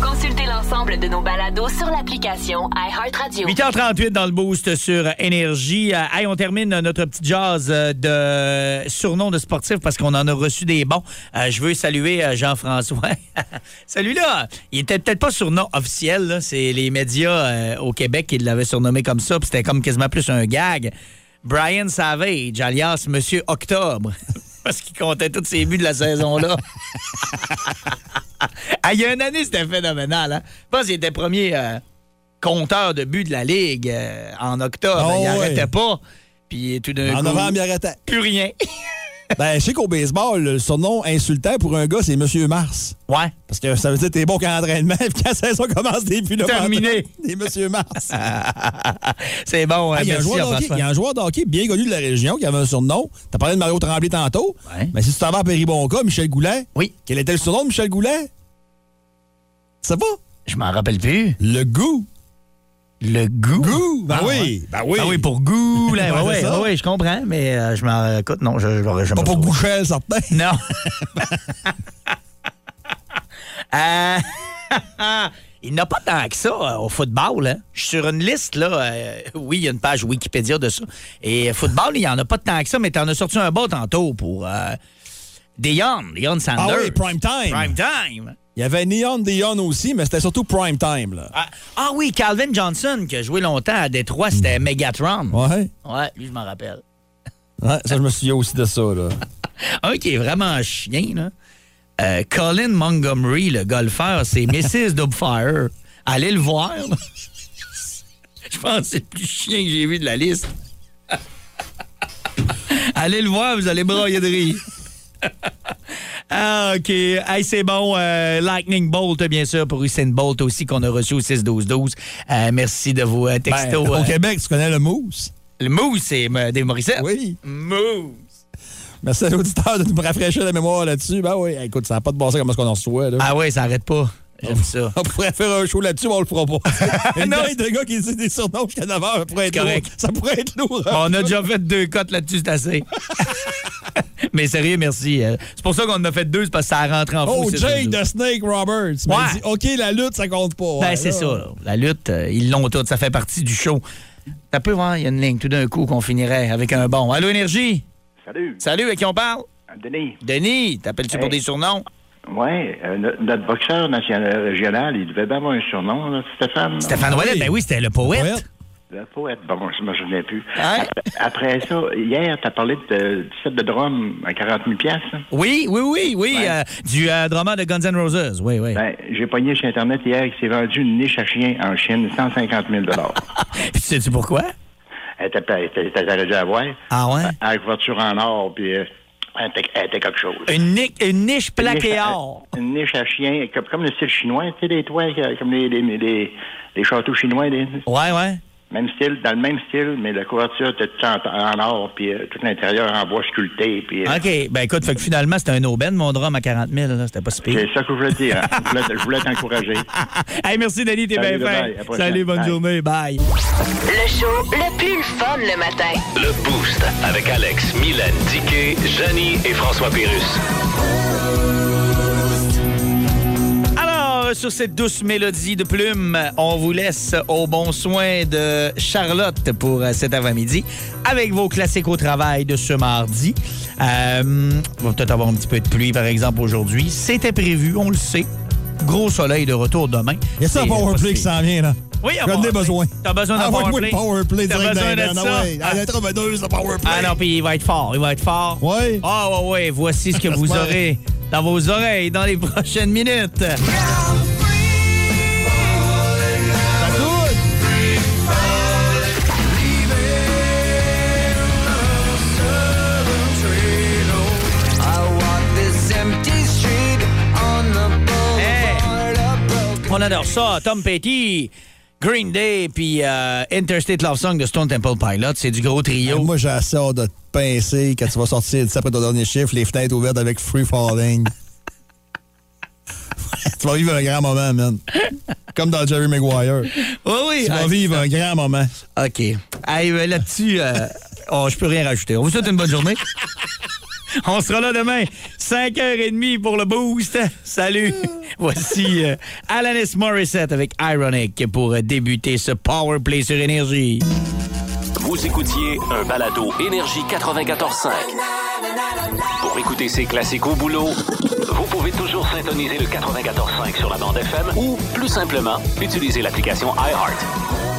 [SPEAKER 2] Consultez l'ensemble de nos balados sur l'application iHeartRadio.
[SPEAKER 3] 8h38 dans le boost sur Énergie. Euh, hey, on termine notre petit jazz euh, de surnom de sportif parce qu'on en a reçu des bons. Euh, je veux saluer euh, Jean-François. Celui-là, il était peut-être pas surnom officiel. là. C'est les médias euh, au Québec qui l'avaient surnommé comme ça. puis C'était comme quasiment plus un gag. Brian Savage, alias Monsieur Octobre. Parce qu'il comptait tous ses buts de la saison-là. Ah, il y a une année, c'était phénoménal. Hein? Je pense qu'il était premier euh, compteur de buts de la Ligue euh, en octobre.
[SPEAKER 4] Ah
[SPEAKER 3] il
[SPEAKER 4] ouais.
[SPEAKER 3] n'arrêtait pas. Puis tout d'un
[SPEAKER 4] En
[SPEAKER 3] coup...
[SPEAKER 4] novembre, il arrêtait.
[SPEAKER 3] Plus rien.
[SPEAKER 4] Ben, je sais qu'au baseball, le surnom insultant pour un gars, c'est Monsieur Mars.
[SPEAKER 3] Ouais.
[SPEAKER 4] Parce que ça veut dire que t'es bon qu'en entraînement, puis quand la saison commence, t'es plus là.
[SPEAKER 3] Terminé.
[SPEAKER 4] Des Monsieur Mars.
[SPEAKER 3] C'est bon. hein,
[SPEAKER 4] Ah, il, y a un
[SPEAKER 3] merci,
[SPEAKER 4] joueur de hockey-
[SPEAKER 3] Jean-François.
[SPEAKER 4] il y a un joueur de hockey bien connu de la région qui avait un surnom. T'as parlé de Mario Tremblay tantôt. Mais si tu t'en vas à Péribonca, Michel Goulet.
[SPEAKER 3] Oui.
[SPEAKER 4] Quel était le surnom de Michel Goulet? Tu sais pas?
[SPEAKER 3] Je m'en rappelle plus.
[SPEAKER 4] Le goût.
[SPEAKER 3] Le goût?
[SPEAKER 4] Goût! Ben
[SPEAKER 3] Ah,
[SPEAKER 4] oui!
[SPEAKER 3] ouais.
[SPEAKER 4] Ben oui!
[SPEAKER 3] Ah oui, pour goût. Là, ouais,
[SPEAKER 4] Ben, c'est
[SPEAKER 3] ouais,
[SPEAKER 4] ça.
[SPEAKER 3] ouais, je comprends, mais euh, je m'en... Écoute, non, je, je l'aurais jamais
[SPEAKER 4] Pas pour
[SPEAKER 3] trouvé.
[SPEAKER 4] Bouchel, certain.
[SPEAKER 3] Non. Euh, il n'y en a pas tant que ça euh, au football. hein. Je suis sur une liste, là. euh, oui, il y a une page Wikipédia de ça. Et football, il n'y en a pas tant que ça, mais tu en as sorti un bas tantôt pour euh, Deion, Deion Sanders.
[SPEAKER 4] Ah oui, prime time.
[SPEAKER 3] Prime time.
[SPEAKER 4] Il y avait Neon Dion aussi, mais c'était surtout prime time. Là.
[SPEAKER 3] Ah, ah oui, Calvin Johnson, qui a joué longtemps à Détroit, c'était Megatron.
[SPEAKER 4] Ouais.
[SPEAKER 3] Ouais, lui, je m'en rappelle.
[SPEAKER 4] Ouais, ça, je me souviens aussi de ça. Là.
[SPEAKER 3] Un qui est vraiment chien, là. Euh, Colin Montgomery, le golfeur, c'est Mrs. Dubfire. Allez le voir. là. Je pense que c'est le plus chien que j'ai vu de la liste. Allez le voir, vous allez brailler de rire. Ah, OK. Hey, c'est bon. Euh, Lightning Bolt, bien sûr, pour Usain Bolt aussi, qu'on a reçu au 6-12-12. Euh, merci de vos euh, textos.
[SPEAKER 4] Ben,
[SPEAKER 3] euh,
[SPEAKER 4] au Québec, tu connais le mousse.
[SPEAKER 3] le mousse, c'est euh, Dave Morissette.
[SPEAKER 4] Oui.
[SPEAKER 3] Mousse.
[SPEAKER 4] Merci à l'auditeur de nous rafraîchir la mémoire là-dessus. Ben oui, écoute, ça n'a pas de bon sens comment est-ce qu'on en reçoit. Là.
[SPEAKER 3] Ah ouais, ça arrête pas. J'aime ça.
[SPEAKER 4] On pourrait faire un show là-dessus, mais on le fera pas. Une
[SPEAKER 3] Non.
[SPEAKER 4] taille de gars qui dit des surnoms jusqu'à 9 heures, ça pourrait être
[SPEAKER 3] Correct.
[SPEAKER 4] lourd. Ça pourrait être lourd. hein.
[SPEAKER 3] On a déjà fait deux cotes là-dessus, c'est assez. Mais sérieux, merci. Euh, C'est pour ça qu'on en a fait deux, c'est parce que ça rentre en fou.
[SPEAKER 4] Oh,
[SPEAKER 3] c'est
[SPEAKER 4] Jake
[SPEAKER 3] sûr.
[SPEAKER 4] de Snake Roberts. Il
[SPEAKER 3] Ouais.
[SPEAKER 4] m'a dit, OK, la lutte, ça compte pas.
[SPEAKER 3] Ben,
[SPEAKER 4] Ouais,
[SPEAKER 3] c'est
[SPEAKER 4] là.
[SPEAKER 3] ça. là. La lutte, euh, ils l'ont toute. Ça fait partie du show. T'as pu voir, il y a une ligne tout d'un coup qu'on finirait avec un bon. Allô, Énergie?
[SPEAKER 15] Salut.
[SPEAKER 3] Salut, à qui on parle?
[SPEAKER 15] Denis.
[SPEAKER 3] Denis, t'appelles-tu pour
[SPEAKER 15] Hey.
[SPEAKER 3] des surnoms?
[SPEAKER 15] Oui, euh, notre boxeur national, régional, il devait bien avoir un surnom, là, Stéphane.
[SPEAKER 3] Stéphane Ouellet, ben oui, c'était le poète.
[SPEAKER 15] Le poète, bon, je me souviens plus.
[SPEAKER 3] Hein?
[SPEAKER 15] Après, après ça, hier, tu as parlé de, du set de drum à 40 000 piastres. hein?
[SPEAKER 3] Oui, oui, oui, oui,
[SPEAKER 15] Ouais.
[SPEAKER 3] euh, du euh, drama de Guns N' Roses, oui, oui.
[SPEAKER 15] Ben, j'ai pogné sur Internet hier qu'il s'est vendu une niche à chien en Chine, 150 000
[SPEAKER 3] Puis sais-tu pourquoi?
[SPEAKER 15] Elle était- elle était elle aurait dû avoir.
[SPEAKER 3] Ah ouais?
[SPEAKER 15] Avec voiture en or, puis euh, elle était- elle était quelque chose.
[SPEAKER 3] Une, ni- une niche
[SPEAKER 15] Une
[SPEAKER 3] plaquée
[SPEAKER 15] niche à-
[SPEAKER 3] or.
[SPEAKER 15] Une niche à chien, comme, comme le style chinois, tu sais, les toits, euh, comme les, les, les, les châteaux chinois. Les...
[SPEAKER 3] Ouais, ouais.
[SPEAKER 15] Même style, dans le même style, mais la couverture était toute en, en or, puis euh, tout l'intérieur en bois sculpté. Puis, euh,
[SPEAKER 3] OK. Ben écoute, fait que finalement, c'était un aubaine, mon drame à 40 000. là. C'était pas si pire.
[SPEAKER 15] C'est ça que je voulais te dire. je voulais, je voulais t'encourager.
[SPEAKER 3] Hey, merci, Denis, t'es
[SPEAKER 15] Salut,
[SPEAKER 3] bien
[SPEAKER 15] bye-bye.
[SPEAKER 3] fin.
[SPEAKER 15] À la prochaine.
[SPEAKER 3] Salut, bonne
[SPEAKER 15] Bye.
[SPEAKER 3] journée. Bye.
[SPEAKER 2] Le show le plus le fun le matin.
[SPEAKER 1] Le Boost avec Alex, Mylène, Dicky, Janie et François Pérus.
[SPEAKER 3] Alors, euh, sur cette douce mélodie de plumes, on vous laisse au bon soin de Charlotte pour euh, cet avant-midi avec vos classiques au travail de ce mardi. Euh, il va peut-être avoir un petit peu de pluie, par exemple, aujourd'hui. C'était prévu, on le sait. Gros soleil de retour demain.
[SPEAKER 4] Il y a ça un
[SPEAKER 3] C'est, euh, pas
[SPEAKER 4] powerplay
[SPEAKER 3] si
[SPEAKER 4] qui s'en vient, là.
[SPEAKER 3] Oui, un
[SPEAKER 4] J'en ai
[SPEAKER 3] powerplay.
[SPEAKER 4] besoin.
[SPEAKER 3] T'as besoin d'un
[SPEAKER 4] Ah, oui, oui,
[SPEAKER 3] powerplay.
[SPEAKER 4] powerplay
[SPEAKER 3] T'as
[SPEAKER 4] direct
[SPEAKER 3] besoin
[SPEAKER 4] dans les
[SPEAKER 3] de
[SPEAKER 4] dents.
[SPEAKER 3] ça.
[SPEAKER 4] Ah, ouais.
[SPEAKER 3] Ah.
[SPEAKER 4] À la trombonneuse, le powerplay.
[SPEAKER 3] Ah non, puis il va être fort, il va être fort. Oui. Ah ouais, ouais, voici ce que vous
[SPEAKER 4] J'espère.
[SPEAKER 3] aurez dans vos oreilles dans les prochaines minutes. On adore ça, Tom Petty. Green Day puis euh, Interstate Love Song de Stone Temple Pilots, c'est du gros trio.
[SPEAKER 4] Hey, moi, j'ai assez hâte de te pincer quand tu vas sortir d'ici après ton dernier chiffre, les fenêtres ouvertes avec Free Falling. tu vas vivre un grand moment, man. Comme dans Jerry Maguire.
[SPEAKER 3] Oui, oui.
[SPEAKER 4] Tu vas
[SPEAKER 3] Ah,
[SPEAKER 4] vivre un grand moment.
[SPEAKER 3] OK. Hey, euh, là-dessus, euh, oh, je peux rien rajouter. On vous souhaite une bonne journée. On sera là demain, 5h30 pour le boost. Salut. Voici euh, Alanis Morissette avec Ironic pour euh, débuter ce Power Play sur énergie.
[SPEAKER 1] Vous écoutiez un balado Énergie 94.5. Pour écouter ces classiques au boulot, vous pouvez toujours syntoniser le 94.5 sur la bande FM ou, plus simplement, utiliser l'application iHeart.